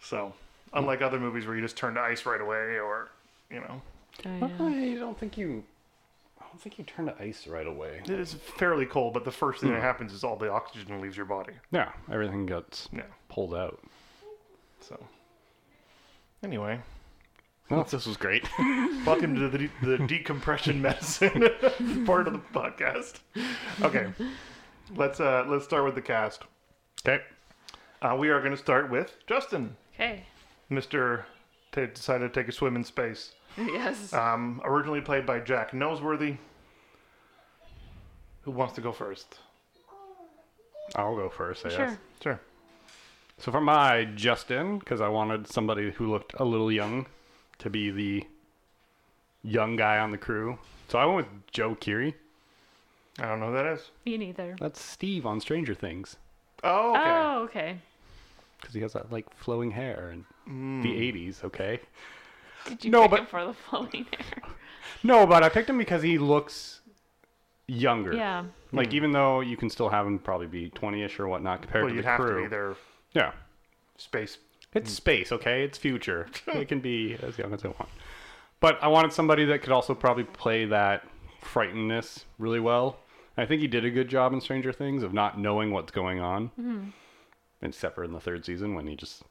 Speaker 2: so, unlike other movies where you just turn to ice right away, or you know,
Speaker 3: Oh,
Speaker 1: *laughs*
Speaker 3: yeah.
Speaker 1: I don't think you. I don't think you turn to ice right away.
Speaker 2: it is fairly cold. But the first thing that
Speaker 1: Mm.
Speaker 2: happens is all the oxygen leaves your body.
Speaker 1: Yeah, everything gets
Speaker 2: Yeah.
Speaker 1: pulled out.
Speaker 2: So, anyway,
Speaker 1: Well, this was great.
Speaker 2: *laughs*
Speaker 1: *laughs*
Speaker 2: welcome to the, the decompression medicine *laughs* part of the podcast. Okay, let's uh let's start with the cast.
Speaker 1: okay.
Speaker 2: Uh, we are going to start with Justin.
Speaker 3: Okay. *laughs*
Speaker 2: Mr. T- decided to take a swim in space.
Speaker 3: Yes.
Speaker 2: Um, originally played by Jack Noseworthy. Who wants to go first?
Speaker 1: I'll go first. I
Speaker 3: sure.
Speaker 1: guess.
Speaker 2: Sure.
Speaker 1: So for my Justin, because I wanted somebody who looked a little young to be the young guy on the crew. So I went with Joe Keery.
Speaker 2: I don't know who that is.
Speaker 3: Me neither.
Speaker 1: That's Steve on Stranger Things
Speaker 2: Oh, okay.
Speaker 3: Oh, okay.
Speaker 1: because he has that like flowing hair and the
Speaker 2: Mm.
Speaker 1: '80s. Okay.
Speaker 3: Did you
Speaker 1: No,
Speaker 3: pick
Speaker 1: but-
Speaker 3: him for the flowing hair?
Speaker 1: No, but I picked him because he looks younger.
Speaker 3: Yeah.
Speaker 1: Like even though you can still have him probably be 20ish or whatnot compared
Speaker 2: well,
Speaker 1: to
Speaker 2: you'd
Speaker 1: the
Speaker 2: have
Speaker 1: crew.
Speaker 2: to be their
Speaker 1: Yeah.
Speaker 2: space.
Speaker 1: It's
Speaker 3: Hmm.
Speaker 1: space, okay? It's
Speaker 3: *laughs*
Speaker 1: future. it can be as young as I want. But I wanted somebody that could also probably play that frightenedness really well. I think he did a good job in Stranger Things of not knowing what's going on,
Speaker 3: Mm-hmm.
Speaker 1: except for in the third season when he just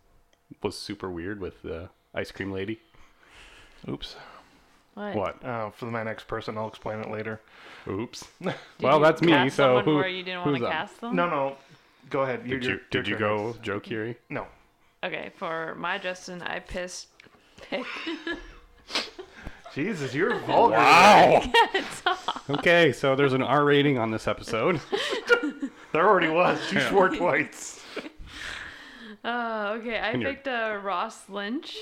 Speaker 1: was super weird with the ice cream lady.
Speaker 2: Oops.
Speaker 3: What?
Speaker 1: What?
Speaker 2: Uh, for my next person, I'll explain it later.
Speaker 3: *laughs*
Speaker 1: Oops.
Speaker 3: Did
Speaker 1: well,
Speaker 3: you
Speaker 1: that's me.
Speaker 3: cast
Speaker 1: So
Speaker 3: someone
Speaker 1: who?
Speaker 3: where you didn't want
Speaker 1: who's
Speaker 3: to
Speaker 1: up?
Speaker 3: cast them?
Speaker 2: No, no. Go ahead.
Speaker 1: Did you did you go Joe Curie?
Speaker 2: No.
Speaker 3: Okay, for my Justin, I pissed.
Speaker 1: *laughs*
Speaker 2: Jesus, you're vulgar.
Speaker 1: Wow. okay, so there's an R rating on this episode.
Speaker 2: There already was. You swore twice.
Speaker 3: Oh, okay. I
Speaker 1: And you're-
Speaker 3: picked uh, Ross Lynch.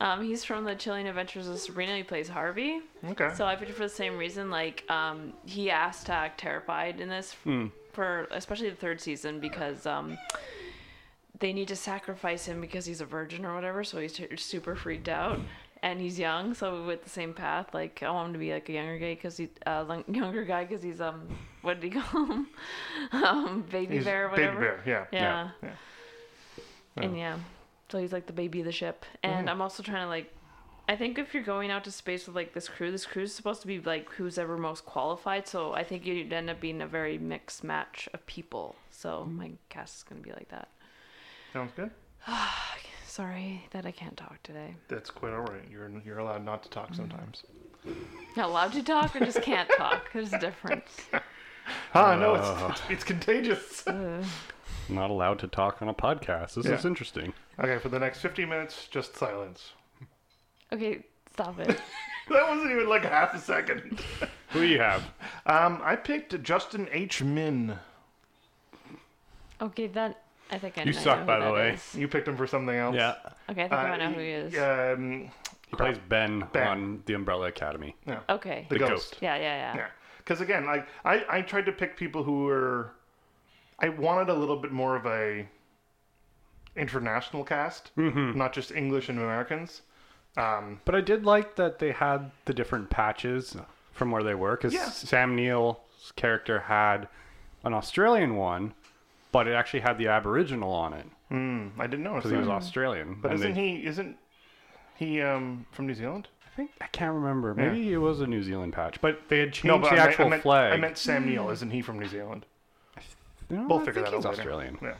Speaker 3: Um, he's from the Chilling Adventures of Sabrina. He plays Harvey.
Speaker 2: Okay.
Speaker 3: So I picked him for the same reason. Like, um, he asked to act terrified in this
Speaker 2: Hmm.
Speaker 3: for especially the third season because um, they need to sacrifice him because he's a virgin or whatever. So he's t- super freaked out and he's young. So we went the same path. Like, I want him to be like a younger guy because he uh, lung- *laughs* younger guy because he's um, what did he call him? *laughs* um, baby
Speaker 2: He's
Speaker 3: bear,
Speaker 2: Baby
Speaker 3: whatever.
Speaker 2: bear. Yeah.
Speaker 3: Yeah.
Speaker 2: Yeah.
Speaker 3: And yeah. So he's like the baby of the ship. And I'm also trying to like I think if you're going out to space with like this crew, this crew's supposed to be like who's ever most qualified. So I think you'd end up being a very mixed match of people. So my cast is gonna be like that.
Speaker 2: Sounds good.
Speaker 3: Sorry that I can't talk today.
Speaker 2: That's quite all right. You're you're allowed not to talk sometimes.
Speaker 1: Mm.
Speaker 3: Not allowed to talk or just *laughs* can't talk. There's a difference.
Speaker 2: Ah, no,
Speaker 1: Uh.
Speaker 2: it's *laughs* it's contagious. *laughs*
Speaker 3: Ugh.
Speaker 1: Not allowed to talk on a podcast. This
Speaker 2: Yeah.
Speaker 1: is interesting.
Speaker 2: Okay, for the next 50 minutes, just silence. *laughs*
Speaker 3: Okay, stop it.
Speaker 2: That wasn't even like half a second. *laughs*
Speaker 1: Who do you have?
Speaker 2: Um, I picked Justin H. Min.
Speaker 3: Okay, that I think I
Speaker 1: You
Speaker 3: know
Speaker 1: suck,
Speaker 3: who
Speaker 1: by the
Speaker 3: that
Speaker 1: way.
Speaker 3: is.
Speaker 2: You picked him for something else.
Speaker 3: Okay, I think I know who he is.
Speaker 2: Um,
Speaker 1: He plays Ben,
Speaker 2: Ben.
Speaker 1: on the Umbrella Academy.
Speaker 2: yeah,
Speaker 3: Okay.
Speaker 2: the,
Speaker 1: The
Speaker 2: ghost.
Speaker 1: ghost.
Speaker 3: Yeah, yeah, yeah.
Speaker 2: Yeah, because again, like I, I tried to pick people who were, I wanted a little bit more of a international cast,
Speaker 1: Mm-hmm.
Speaker 2: not just English and Americans. Um,
Speaker 1: But I did like that they had the different patches from where they were because
Speaker 2: Yeah.
Speaker 1: Sam Neill's character had an Australian one, but it actually had the Aboriginal on it
Speaker 2: hmm, I didn't notice
Speaker 1: because he was
Speaker 2: that.
Speaker 1: Australian.
Speaker 2: But
Speaker 1: And
Speaker 2: isn't
Speaker 1: they-
Speaker 2: he isn't he um from New Zealand?
Speaker 1: I think I can't remember. Maybe it was a New Zealand patch, but they had changed
Speaker 2: but
Speaker 1: the
Speaker 2: I meant-
Speaker 1: actual
Speaker 2: I meant,
Speaker 1: flag. Mm.
Speaker 2: I meant Sam Neill. Isn't he from New Zealand?
Speaker 1: No,
Speaker 2: We'll
Speaker 1: I
Speaker 2: figure
Speaker 1: think
Speaker 2: that
Speaker 1: he's
Speaker 2: out later.
Speaker 1: Australian.
Speaker 2: Yeah.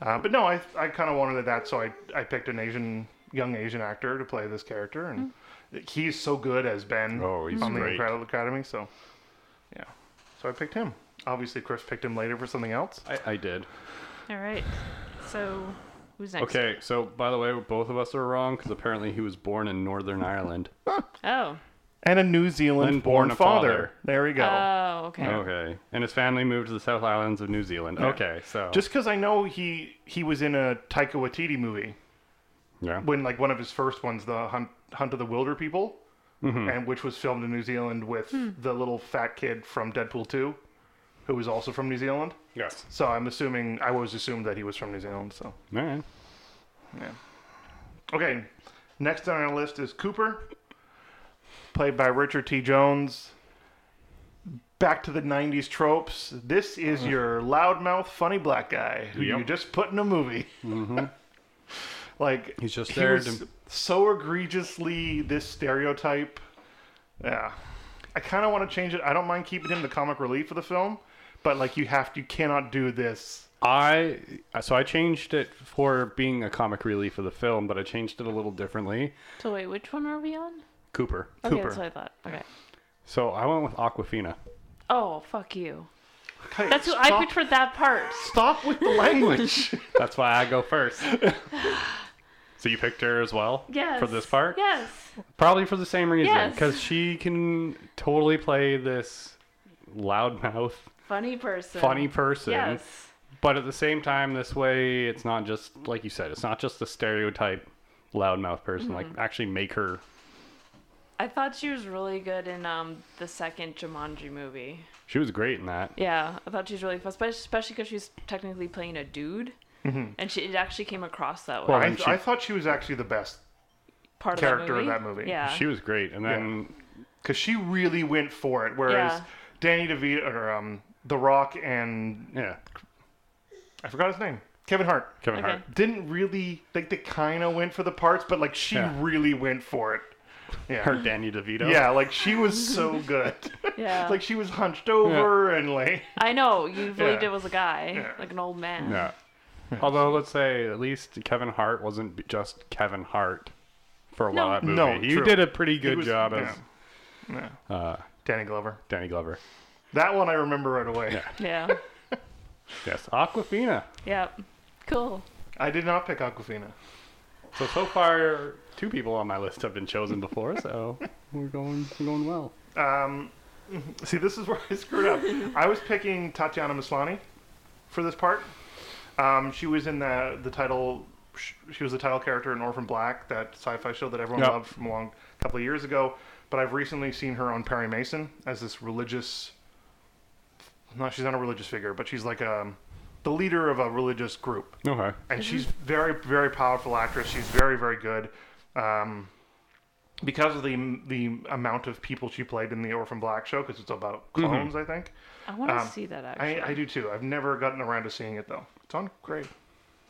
Speaker 2: Uh, but no, I I kind of wanted that, so I I picked an Asian young Asian actor to play this character, and he's so good as Ben
Speaker 1: Mm-hmm. Oh, he's
Speaker 2: on the
Speaker 1: great.
Speaker 2: Incredible Academy. So, yeah, so I picked him. Obviously, Chris picked him later for something else.
Speaker 1: I, I did.
Speaker 3: All right. So Who's next?
Speaker 1: Okay, so by the way, both of us are wrong because apparently he was born in Northern
Speaker 3: *laughs*
Speaker 1: Ireland.
Speaker 3: Oh.
Speaker 2: And a New Zealand born
Speaker 1: Unborn
Speaker 2: father.
Speaker 1: father.
Speaker 2: There we go.
Speaker 3: Oh, okay.
Speaker 1: Okay, and his family moved to the South Islands of New Zealand. Okay, so
Speaker 2: Just because I know he he was in a Taika Waititi movie
Speaker 1: yeah,
Speaker 2: when like one of his first ones, the Hunt Hunt of the Wilder People, and which was filmed in New Zealand with the little fat kid from Deadpool Two, who was also from New Zealand.
Speaker 1: yes,
Speaker 2: So I'm assuming I was assumed that he was from New Zealand. So
Speaker 1: all right.
Speaker 2: yeah. Okay, next on our list is Cooper, played by Richard T. Jones. Back to the '90s tropes. This is your loudmouth, funny black guy who you
Speaker 1: Mm. Yep. Mm-hmm.
Speaker 2: just put in a movie. *laughs* like
Speaker 1: He's just
Speaker 2: he
Speaker 1: there
Speaker 2: was
Speaker 1: to-
Speaker 2: so egregiously this stereotype. Yeah, I kind of want to change it. I don't mind keeping him the comic relief of the film, but like you have, you cannot do this.
Speaker 1: I so I changed it for being a comic relief of the film, but I changed it a little differently.
Speaker 3: So wait, which one are we on?
Speaker 1: Cooper.
Speaker 3: Okay,
Speaker 2: Cooper.
Speaker 3: that's what I thought. Okay.
Speaker 1: So I went with Aquafina.
Speaker 3: Oh, fuck you.
Speaker 2: Okay,
Speaker 3: That's who I
Speaker 2: stop-
Speaker 3: picked for that part.
Speaker 2: Stop with the
Speaker 3: *laughs*
Speaker 2: language.
Speaker 1: That's why I go first. so you picked her as well
Speaker 3: Yes.
Speaker 1: for this part,
Speaker 3: Yes.
Speaker 1: probably for the same reason
Speaker 3: Yes.
Speaker 1: because she can totally play this loudmouth,
Speaker 3: Funny person.
Speaker 1: funny person.
Speaker 3: Yes.
Speaker 1: But at the same time, this way, it's not just like you said. It's not just the stereotype loudmouth person.
Speaker 3: Mm-hmm.
Speaker 1: Like actually make her.
Speaker 3: I thought she was really good in um the second Jumanji movie.
Speaker 1: She was great in that.
Speaker 3: Yeah, I thought she was really fun, spe- especially because she's technically playing a dude, and she it actually came across that way.
Speaker 1: Well,
Speaker 2: I,
Speaker 1: and she-
Speaker 2: I thought she was actually the best
Speaker 3: part
Speaker 2: character
Speaker 3: of
Speaker 2: of
Speaker 3: that
Speaker 2: that
Speaker 3: movie.
Speaker 2: movie.
Speaker 3: Yeah.
Speaker 1: She was great, and then
Speaker 2: because she really went for it. Whereas
Speaker 3: Yeah.
Speaker 2: Danny DeVito or um, The Rock and
Speaker 1: yeah,
Speaker 2: I forgot his name, Kevin Hart,
Speaker 1: Kevin
Speaker 3: Okay.
Speaker 1: Hart.
Speaker 2: didn't really like they kind of went for the parts, but like she
Speaker 1: Yeah.
Speaker 2: really went for it. Yeah.
Speaker 1: Her Danny DeVito.
Speaker 2: Yeah, like she was
Speaker 3: *laughs*
Speaker 2: so good.
Speaker 3: Yeah.
Speaker 2: like she was hunched over and like
Speaker 3: I know you believed
Speaker 2: Yeah.
Speaker 3: it was a guy,
Speaker 2: Yeah.
Speaker 3: like an old man.
Speaker 2: *laughs*
Speaker 1: Yeah. Although let's say at least Kevin Hart wasn't b- just Kevin Hart for a
Speaker 3: No.
Speaker 1: lot of movie.
Speaker 2: No,
Speaker 1: he
Speaker 2: true.
Speaker 1: did a pretty good
Speaker 2: was-
Speaker 1: job
Speaker 2: yeah.
Speaker 1: as
Speaker 2: Yeah.
Speaker 1: uh,
Speaker 2: Danny Glover.
Speaker 1: Danny Glover.
Speaker 2: That one I remember right away.
Speaker 1: Yeah.
Speaker 3: Yeah.
Speaker 1: Yes, Aquafina.
Speaker 3: Yep. Cool.
Speaker 2: I did not pick Aquafina.
Speaker 1: So so far, two people on my list have been chosen before,
Speaker 2: *laughs*
Speaker 1: so we're going we're going well.
Speaker 2: Um, *laughs* see, this is where I screwed up. I was picking Tatiana Maslany for this part. Um, she was in the the title. sh- She was the title character in Orphan Black, that sci-fi show that everyone
Speaker 1: Yep.
Speaker 2: loved from a long couple of years ago. But I've recently seen her on Perry Mason as this religious. No, she's not a religious figure, but she's like um, the leader of a religious group
Speaker 1: Okay.
Speaker 2: and
Speaker 3: Mm-hmm.
Speaker 2: she's very very powerful actress. She's very very good. Um, because of the the amount of people she played in the Orphan Black show, because it's about
Speaker 3: Mm-hmm.
Speaker 2: clones, I think.
Speaker 3: I want to
Speaker 2: Um,
Speaker 3: see that actually.
Speaker 2: I, I do too. I've never gotten around to seeing it though. It's on great.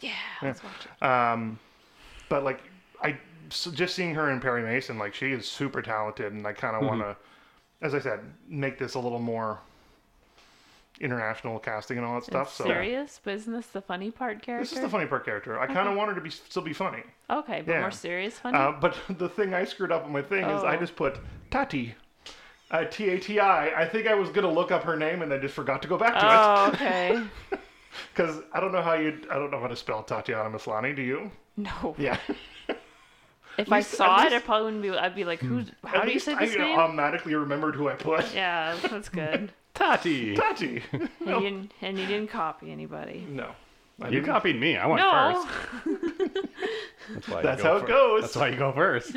Speaker 3: yeah, Let's watch it.
Speaker 2: Um, but like I so just seeing her in Perry Mason, like she is super talented, and I kind of
Speaker 3: Mm-hmm.
Speaker 2: want to, as I said, make this a little more international casting and all that stuff.
Speaker 3: It's
Speaker 2: So
Speaker 3: serious, but isn't this the funny part character? Mm-hmm.
Speaker 2: this is the funny part character. I kind of want her to be still be funny.
Speaker 3: okay, but
Speaker 2: Yeah.
Speaker 3: more serious funny.
Speaker 2: Uh, but *laughs* the thing I screwed up on my thing is I
Speaker 3: Oh.
Speaker 2: just put Tati. Uh, T A T I. I think I was gonna look up her name and then just forgot to go back to
Speaker 3: oh, okay.
Speaker 2: *laughs* it because I don't know how you. I don't know how to spell Tatiana Maslany. Do you?
Speaker 3: No.
Speaker 2: Yeah.
Speaker 3: If I
Speaker 2: least- at
Speaker 3: saw it,
Speaker 2: least- Mm,
Speaker 3: I probably wouldn't be. I'd be like, "Who's?
Speaker 2: *laughs*
Speaker 3: How
Speaker 2: At
Speaker 3: do you
Speaker 2: least
Speaker 3: say this
Speaker 2: I um,
Speaker 3: name?"
Speaker 2: automatically remembered who I put. *laughs*
Speaker 3: *laughs* yeah, that's good.
Speaker 1: Tati.
Speaker 2: Tati.
Speaker 3: And you, didn't, and you didn't copy anybody.
Speaker 2: no. I
Speaker 1: You
Speaker 2: didn't.
Speaker 1: copied me. I went
Speaker 3: No. *laughs*
Speaker 1: first. That's, why you
Speaker 2: That's
Speaker 1: go
Speaker 2: how it
Speaker 1: fir-
Speaker 2: goes. Um,
Speaker 1: That's why you go
Speaker 3: *laughs*
Speaker 1: first.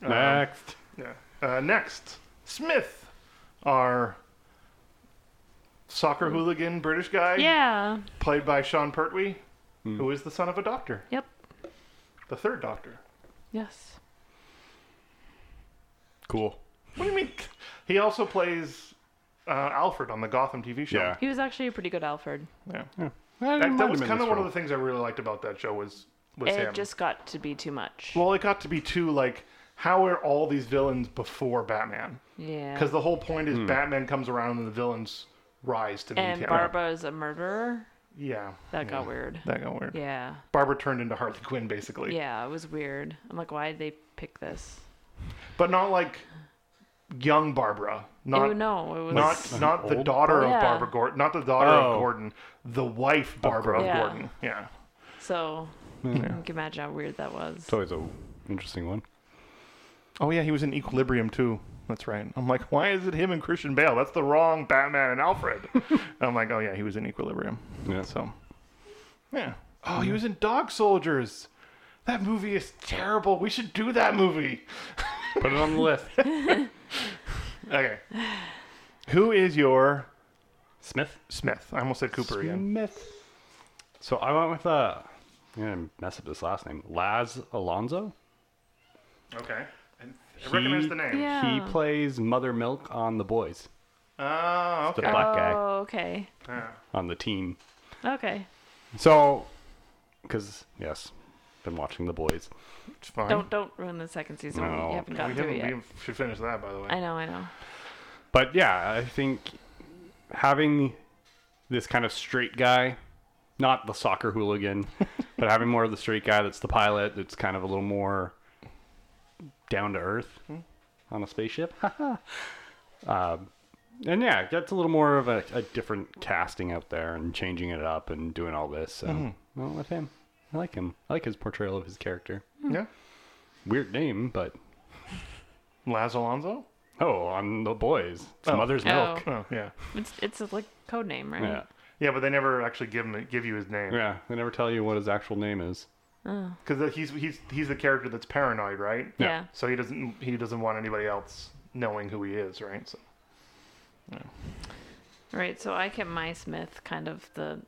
Speaker 1: Next.
Speaker 2: Yeah. Uh, next, Smith, our soccer hooligan British guy,
Speaker 3: Yeah.
Speaker 2: played by Sean Pertwee, who is the son of a doctor,
Speaker 3: Yep.
Speaker 2: the third doctor.
Speaker 3: Yes.
Speaker 1: Cool.
Speaker 2: What do you mean? He also plays uh, Alfred on the Gotham TV show.
Speaker 1: Yeah.
Speaker 3: He was actually a pretty good Alfred.
Speaker 2: Yeah.
Speaker 1: That,
Speaker 2: That, that was kind of one of the things I really liked about that show was was
Speaker 3: it
Speaker 2: him.
Speaker 3: just got to be too much.
Speaker 2: Well, it got to be too like how are all these villains before Batman?
Speaker 3: yeah.
Speaker 2: Because the whole point
Speaker 1: Hmm.
Speaker 2: is Batman comes around and the villains rise to meet
Speaker 3: and
Speaker 2: him.
Speaker 3: Barbara is a murderer.
Speaker 2: yeah,
Speaker 3: That got weird.
Speaker 2: that got weird.
Speaker 3: Yeah.
Speaker 2: Barbara turned into Harley Quinn basically,
Speaker 3: Yeah, it was weird. I'm like, why did they pick this?
Speaker 2: but not like young Barbara, not
Speaker 3: Ew, no, it was
Speaker 2: not not the
Speaker 1: old
Speaker 2: daughter of
Speaker 3: Yeah.
Speaker 2: Barbara Gordon, not the daughter
Speaker 1: Oh.
Speaker 2: of Gordon, the wife Barbara of
Speaker 3: Yeah.
Speaker 2: Gordon. Yeah.
Speaker 3: so. You can imagine how weird that was.
Speaker 1: It's always a interesting one.
Speaker 2: Oh yeah, he was in Equilibrium too. That's right. I'm like, why is it him and Christian Bale? That's the wrong Batman
Speaker 1: *laughs*
Speaker 2: and Alfred. And I'm like, oh yeah, he was in Equilibrium.
Speaker 1: Yeah.
Speaker 2: So, yeah. Oh, he was in Dog Soldiers. That movie is terrible. We should do that movie.
Speaker 1: Put it on the
Speaker 3: *laughs*
Speaker 1: list. *sighs*
Speaker 2: Okay. Who is your
Speaker 1: Smith.
Speaker 2: Smith? I almost said Cooper again.
Speaker 1: Smith. So I went with uh, I'm gonna mess up this last name. Laz Alonso.
Speaker 2: Okay. I
Speaker 1: He-
Speaker 2: recognize the name.
Speaker 3: Yeah.
Speaker 1: He plays Mother Milk on The Boys.
Speaker 2: Oh,
Speaker 1: The
Speaker 2: okay.
Speaker 1: black guy
Speaker 3: Oh, okay.
Speaker 2: Yeah.
Speaker 1: on the team.
Speaker 3: Okay.
Speaker 1: So, because yes, been watching The Boys.
Speaker 2: It's fine.
Speaker 3: Don't don't ruin the second season.
Speaker 1: No.
Speaker 3: You haven't
Speaker 2: we,
Speaker 3: gotten through
Speaker 2: haven't-
Speaker 3: it yet.
Speaker 2: we should finish that, by the way.
Speaker 3: I know, I know.
Speaker 1: But yeah, I think having this kind of straight guy, not the soccer hooligan, but having more of the straight guy that's the pilot, that's kind of a little more down to earth on a spaceship. *laughs* um, and yeah, that's a little more of a, a different casting out there and changing it up and doing all this. So I went with him. I like him. I like his portrayal of his character.
Speaker 2: Yeah.
Speaker 1: Weird name, but
Speaker 2: Laz Alonso?
Speaker 1: oh, on the boys, it's
Speaker 2: Oh.
Speaker 1: mother's
Speaker 3: Oh.
Speaker 1: milk.
Speaker 2: Oh, yeah.
Speaker 3: It's it's a, like code name, right?
Speaker 1: Yeah.
Speaker 2: Yeah, but they never actually give him give you his name
Speaker 1: Yeah, they never tell you what his actual name is.
Speaker 2: because he's he's he's the character that's paranoid, right?
Speaker 1: Yeah.
Speaker 3: Yeah.
Speaker 2: So he doesn't he doesn't want anybody else knowing who he is, right? So
Speaker 3: Right. So I kept my Smith kind of the,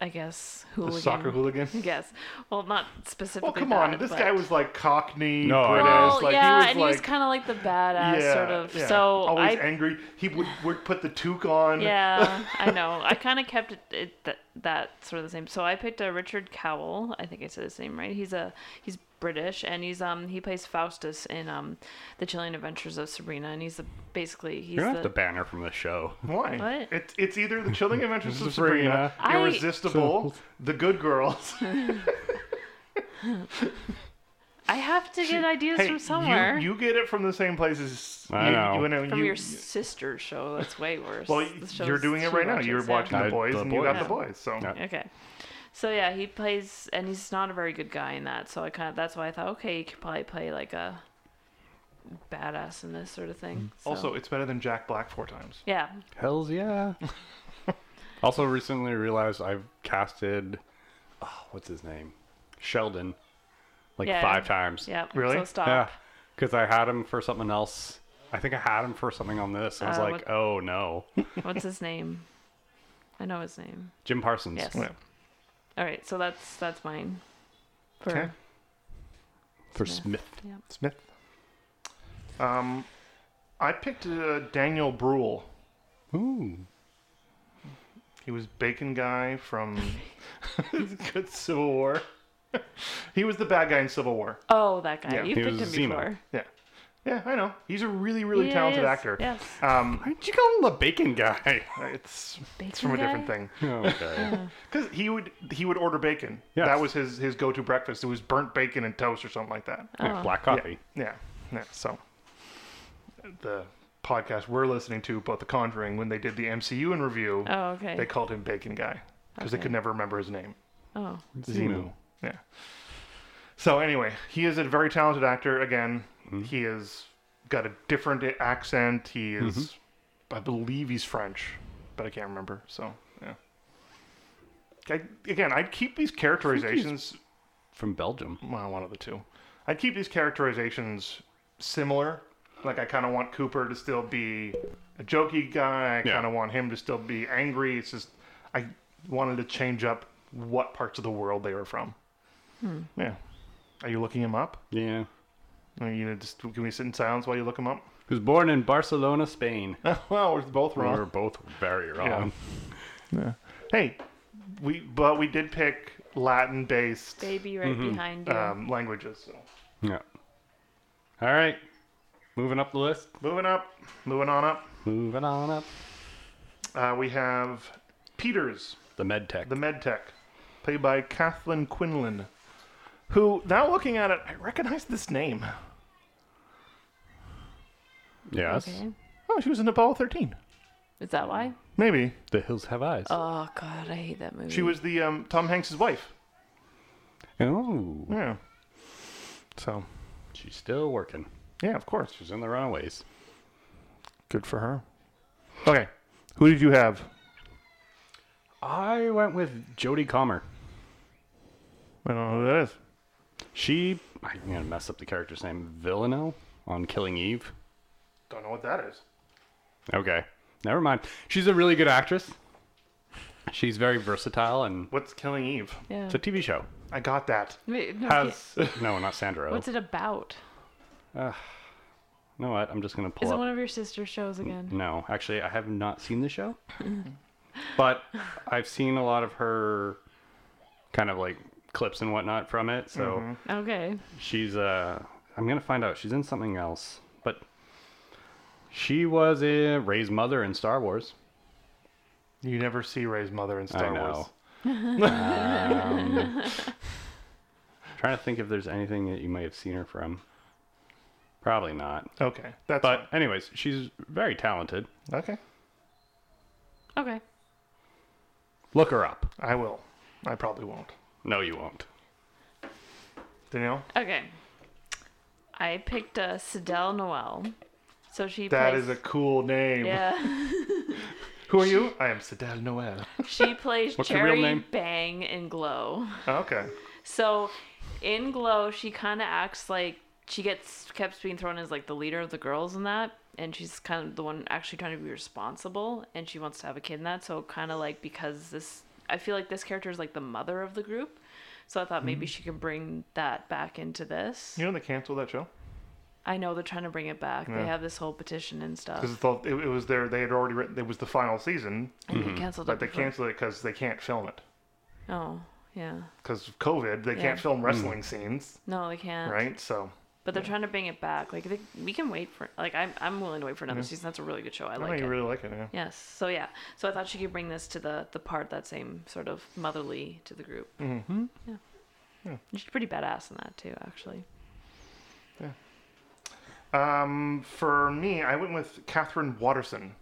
Speaker 3: I guess
Speaker 2: the
Speaker 3: hooligan.
Speaker 2: soccer hooligan.
Speaker 3: *laughs* Yes. Well, not specifically.
Speaker 2: Well, come
Speaker 3: that,
Speaker 2: on, this
Speaker 3: but-
Speaker 2: guy was like Cockney,
Speaker 1: No, I
Speaker 2: British,
Speaker 1: know.
Speaker 3: Well,
Speaker 2: like
Speaker 3: yeah,
Speaker 2: he was
Speaker 3: and
Speaker 2: like.
Speaker 3: he was kind of like the badass
Speaker 2: yeah,
Speaker 3: sort of.
Speaker 2: yeah.
Speaker 3: So
Speaker 2: always
Speaker 3: I,
Speaker 2: angry. He would, would put the toque on.
Speaker 3: yeah,
Speaker 2: *laughs*
Speaker 3: I know. I kind of kept it, it that, that sort of the same. So I picked a Richard Cowell. I think I said his name right. He's a he's British and he's um he plays Faustus in um the Chilling Adventures of Sabrina and he's the, basically he's
Speaker 1: You're gonna
Speaker 3: the
Speaker 1: have to ban her from the show.
Speaker 2: Why?
Speaker 3: What?
Speaker 2: It's it's either the Chilling Adventures
Speaker 1: *laughs*
Speaker 2: of
Speaker 1: Sabrina.
Speaker 2: Sabrina,
Speaker 3: I-
Speaker 1: *laughs*
Speaker 2: Irresistible, The Good Girls.
Speaker 3: I have to get ideas
Speaker 2: hey,
Speaker 3: from somewhere
Speaker 2: You, you get it from the same places.
Speaker 1: I
Speaker 2: you,
Speaker 1: know.
Speaker 2: You, know,
Speaker 3: from
Speaker 2: you-
Speaker 3: your sister's show. That's way worse.
Speaker 2: Well,
Speaker 3: The show's
Speaker 2: you're doing it
Speaker 3: she
Speaker 2: right now.
Speaker 3: watches,
Speaker 2: You're
Speaker 3: yeah.
Speaker 2: watching
Speaker 1: I-
Speaker 2: the boys,
Speaker 1: The
Speaker 2: and you got
Speaker 1: Boys.
Speaker 2: the boys. So
Speaker 1: Yeah.
Speaker 3: Okay. So yeah, he plays, and he's not a very good guy in that. So I kind of that's why I thought, okay, he could probably play like a badass in this sort of thing. So-
Speaker 2: also, it's better than Jack Black four times.
Speaker 3: yeah,
Speaker 1: *laughs* Hell's yeah. *laughs* also, recently realized I've casted, oh, what's his name, Sheldon, like
Speaker 3: Yeah.
Speaker 1: five times.
Speaker 3: yeah,
Speaker 2: Really?
Speaker 3: So stop.
Speaker 1: Yeah, because I had him for something else. I think I had him for something on this. I was
Speaker 3: Uh,
Speaker 1: like,
Speaker 3: what-
Speaker 1: oh no,
Speaker 3: *laughs* What's his name? I know his name.
Speaker 1: Jim Parsons.
Speaker 3: Yes.
Speaker 2: Yeah.
Speaker 3: All right, so that's that's mine. For,
Speaker 2: Okay.
Speaker 1: For
Speaker 3: Smith.
Speaker 1: Smith.
Speaker 3: Yeah.
Speaker 2: Smith. Um, I picked uh, Daniel Bruhl.
Speaker 1: Ooh.
Speaker 2: He was Bacon Guy from *laughs* Good Civil War. *laughs* he was the bad guy in Civil War.
Speaker 3: Oh, that guy.
Speaker 2: Yeah.
Speaker 3: you
Speaker 1: He
Speaker 3: picked him
Speaker 1: was Zemo.
Speaker 3: before.
Speaker 2: Yeah, yeah, I know. He's a really, really
Speaker 3: Yeah,
Speaker 2: talented
Speaker 3: he is.
Speaker 2: actor.
Speaker 3: Yes.
Speaker 2: Um,
Speaker 1: Why'd you call him the bacon guy?
Speaker 2: it's
Speaker 3: Bacon
Speaker 2: it's from a different
Speaker 3: guy?
Speaker 2: thing.
Speaker 1: *laughs* okay.
Speaker 2: Because he would he would order bacon.
Speaker 1: Yes.
Speaker 2: That was his his go to breakfast. It was burnt bacon and toast or something like that.
Speaker 1: Yeah,
Speaker 3: *laughs* Oh.
Speaker 1: Black coffee.
Speaker 2: Yeah. Yeah. So the podcast we're listening to about The Conjuring when they did the MCU in review,
Speaker 3: Oh, okay.
Speaker 2: they called him Bacon Guy because they
Speaker 3: Okay.
Speaker 2: could never remember his name.
Speaker 3: oh,
Speaker 1: Zemo.
Speaker 2: Yeah. So anyway, he is a very talented actor. Again, he is got a different accent. He is, I believe, he's French, but I can't remember. So yeah. I, again, I'd keep these characterizations.
Speaker 1: From Belgium.
Speaker 2: Well, one of the two. I'd keep these characterizations similar. Like I kind of want Cooper to still be a jokey guy. I
Speaker 1: Yeah.
Speaker 2: kind of want him to still be angry. It's just I wanted to change up what parts of the world they were from. Yeah. Are you looking him up?
Speaker 1: Yeah.
Speaker 2: Are you gonna just can we sit in silence while you look him up? *laughs*
Speaker 1: Who's born in Barcelona, Spain.
Speaker 2: well, we're both
Speaker 1: We
Speaker 2: wrong.
Speaker 1: were both very wrong.
Speaker 2: Hey, we but we did pick Latin-based
Speaker 3: baby right behind you.
Speaker 2: um, languages. So
Speaker 1: Yeah. All right. Moving up the list.
Speaker 2: moving up, moving on up.
Speaker 1: Moving on up.
Speaker 2: Uh, we have Peters.
Speaker 1: The med tech.
Speaker 2: the med tech, played by Kathleen Quinlan, who, now looking at it, I recognize this name.
Speaker 1: Yes.
Speaker 3: Okay.
Speaker 2: Oh, she was in Apollo 13.
Speaker 3: Is that why?
Speaker 2: Maybe
Speaker 1: The Hills Have Eyes.
Speaker 3: Oh God, I hate that movie.
Speaker 2: she was the um, Tom Hanks's wife.
Speaker 1: oh,
Speaker 2: Yeah. So
Speaker 1: she's still working.
Speaker 2: yeah, of course,
Speaker 1: She's in the Runaways.
Speaker 2: good for her. Okay, who did you have?
Speaker 1: I went with Jodie Comer.
Speaker 2: I don't know who that is.
Speaker 1: She, I'm gonna mess up the character's name, Villanelle on Killing Eve.
Speaker 2: Don't know what that is.
Speaker 1: Okay, never mind. She's a really good actress. She's very versatile, and
Speaker 2: What's Killing Eve?
Speaker 3: Yeah.
Speaker 1: it's a TV show.
Speaker 2: I got that.
Speaker 3: Wait, no,
Speaker 1: Has no, not Sandra. Oh.
Speaker 3: What's it about?
Speaker 1: You know what? I'm just gonna pull
Speaker 3: Is
Speaker 1: up.
Speaker 3: it one of your sister's shows again?
Speaker 1: No, actually, I have not seen the show, but I've seen a lot of her kind of like clips and whatnot from it. So
Speaker 2: Mm-hmm.
Speaker 3: Okay.
Speaker 1: she's uh, I'm gonna find out. She's in something else, but she was uh, Ray's mother in Star Wars.
Speaker 2: You never see Ray's mother in Star
Speaker 1: I know.
Speaker 2: Wars.
Speaker 1: Um, *laughs* trying to think if there's anything that you may have seen her from. Probably not.
Speaker 2: Okay, that's
Speaker 1: But anyways, she's very talented.
Speaker 2: fine. okay.
Speaker 3: Okay.
Speaker 1: Look her up.
Speaker 2: I will. I probably won't.
Speaker 1: No, you won't.
Speaker 2: Danielle,
Speaker 3: Okay. I picked uh, Sidel Noel. So she
Speaker 2: that
Speaker 3: plays.
Speaker 2: is a cool name.
Speaker 3: yeah.
Speaker 2: Who are you? I am Sidel Noel.
Speaker 3: she plays
Speaker 1: What's her real
Speaker 3: Cherry
Speaker 1: name?
Speaker 3: Bang in Glow.
Speaker 2: Oh, okay.
Speaker 3: So in Glow, she kind of acts like she gets kept being thrown as like the leader of the girls in that, and she's kind of the one actually trying to be responsible, and she wants to have a kid in that. So kind of like because this, I feel like this character is like the mother of the group. So I thought maybe she can bring that back into this.
Speaker 2: You know they canceled that show
Speaker 3: I know they're trying to bring it back. They
Speaker 2: Yeah.
Speaker 3: have this whole petition and stuff.
Speaker 2: because it, it was their they had already written it was the final season,
Speaker 3: And they canceled
Speaker 2: but
Speaker 3: it.
Speaker 2: they
Speaker 3: before-
Speaker 2: canceled it because they can't film it
Speaker 3: Oh, yeah.
Speaker 2: because of COVID. They can't
Speaker 3: Yeah.
Speaker 2: film wrestling scenes,
Speaker 3: No, they can't.
Speaker 2: right? So
Speaker 3: But they're trying to bring it back. Like they, we can wait for. Like I'm, I'm willing to wait for another season. That's a really good show. I
Speaker 2: I
Speaker 3: like
Speaker 2: think
Speaker 3: it.
Speaker 2: Mm-hmm. you really like it. Yeah.
Speaker 3: Yes. So yeah. So I thought she could bring this to the the part that same sort of motherly to the group. Mm-hmm. Yeah. She's pretty badass in that too, actually.
Speaker 2: Um, for me, I went with Catherine Watterson,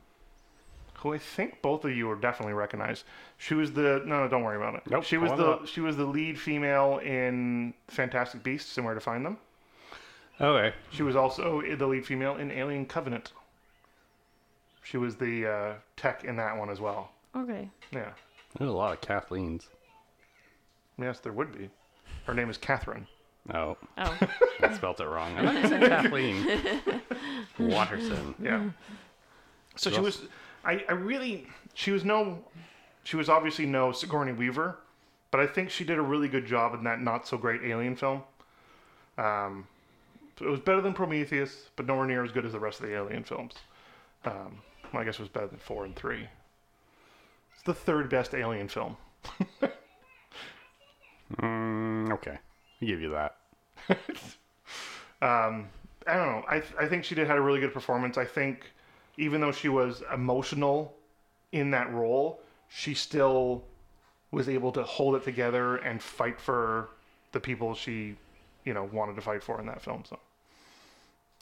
Speaker 2: who I think both of you are definitely recognized. She was the no, no, don't worry about it.
Speaker 1: Nope,
Speaker 2: she
Speaker 1: I
Speaker 2: was
Speaker 1: want
Speaker 2: the
Speaker 1: that.
Speaker 2: she was the lead female in Fantastic Beasts and Where to Find Them.
Speaker 1: Okay.
Speaker 2: She was also the lead female in Alien Covenant. She was the uh, tech in that one as well.
Speaker 3: Okay.
Speaker 2: Yeah,
Speaker 1: There's a lot of Kathleen's.
Speaker 2: yes, there would be. Her name is Catherine.
Speaker 1: Oh,
Speaker 3: Oh,
Speaker 2: *laughs*
Speaker 1: I spelt it wrong. I meant to say Kathleen Watterson.
Speaker 2: Yeah. So she
Speaker 1: Yes.
Speaker 2: was, I, I really, she was no, she was obviously no Sigourney Weaver, but I think she did a really good job in that not so great Alien film. Um, it was better than Prometheus, but nowhere near as good as the rest of the Alien films. Um, well, I guess it was better than four and three. It's the third best Alien film.
Speaker 1: Mm, okay, I give you that. *laughs*
Speaker 2: um, I don't know. I, I think she did had a really good performance. I think even though she was emotional in that role, she still was able to hold it together and fight for the people she, you know, wanted to fight for in that film. So,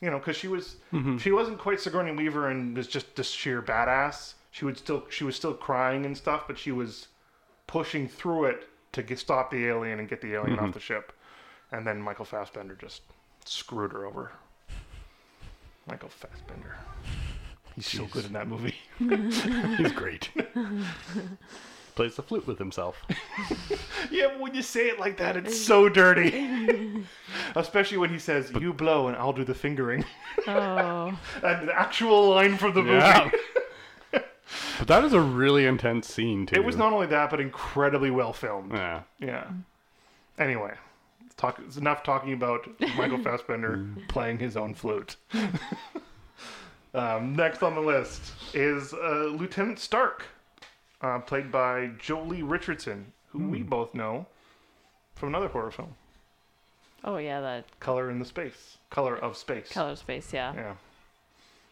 Speaker 2: you know, because she was she wasn't quite Sigourney Weaver and was just this sheer badass. She would still she was still crying and stuff, but she was pushing through it to get, stop the alien and get the alien off the ship. And then Michael Fassbender just screwed her over. Michael Fassbender. He's so good in that movie. *laughs*
Speaker 1: He's great. Plays the flute with
Speaker 2: *laughs*
Speaker 1: himself.
Speaker 2: yeah, but when you say it like that, it's so dirty. *laughs* Especially when he says, You blow and I'll do the fingering. *laughs*
Speaker 3: oh,
Speaker 2: An actual line from the movie.
Speaker 1: but that is a really intense scene too.
Speaker 2: It was not only that, but incredibly well filmed.
Speaker 1: Yeah.
Speaker 2: Yeah. Anyway, it's talk. It's enough talking about
Speaker 3: *laughs*
Speaker 2: Michael Fassbender
Speaker 3: Mm.
Speaker 2: playing his own flute. *laughs* um, next on the list is uh, Lieutenant Stark, uh, played by Jolie Richardson, who we
Speaker 3: Hmm.
Speaker 2: both know from another horror film,
Speaker 3: oh yeah, that
Speaker 2: Color in the Space, Color of Space.
Speaker 3: color space. Yeah.
Speaker 2: Yeah.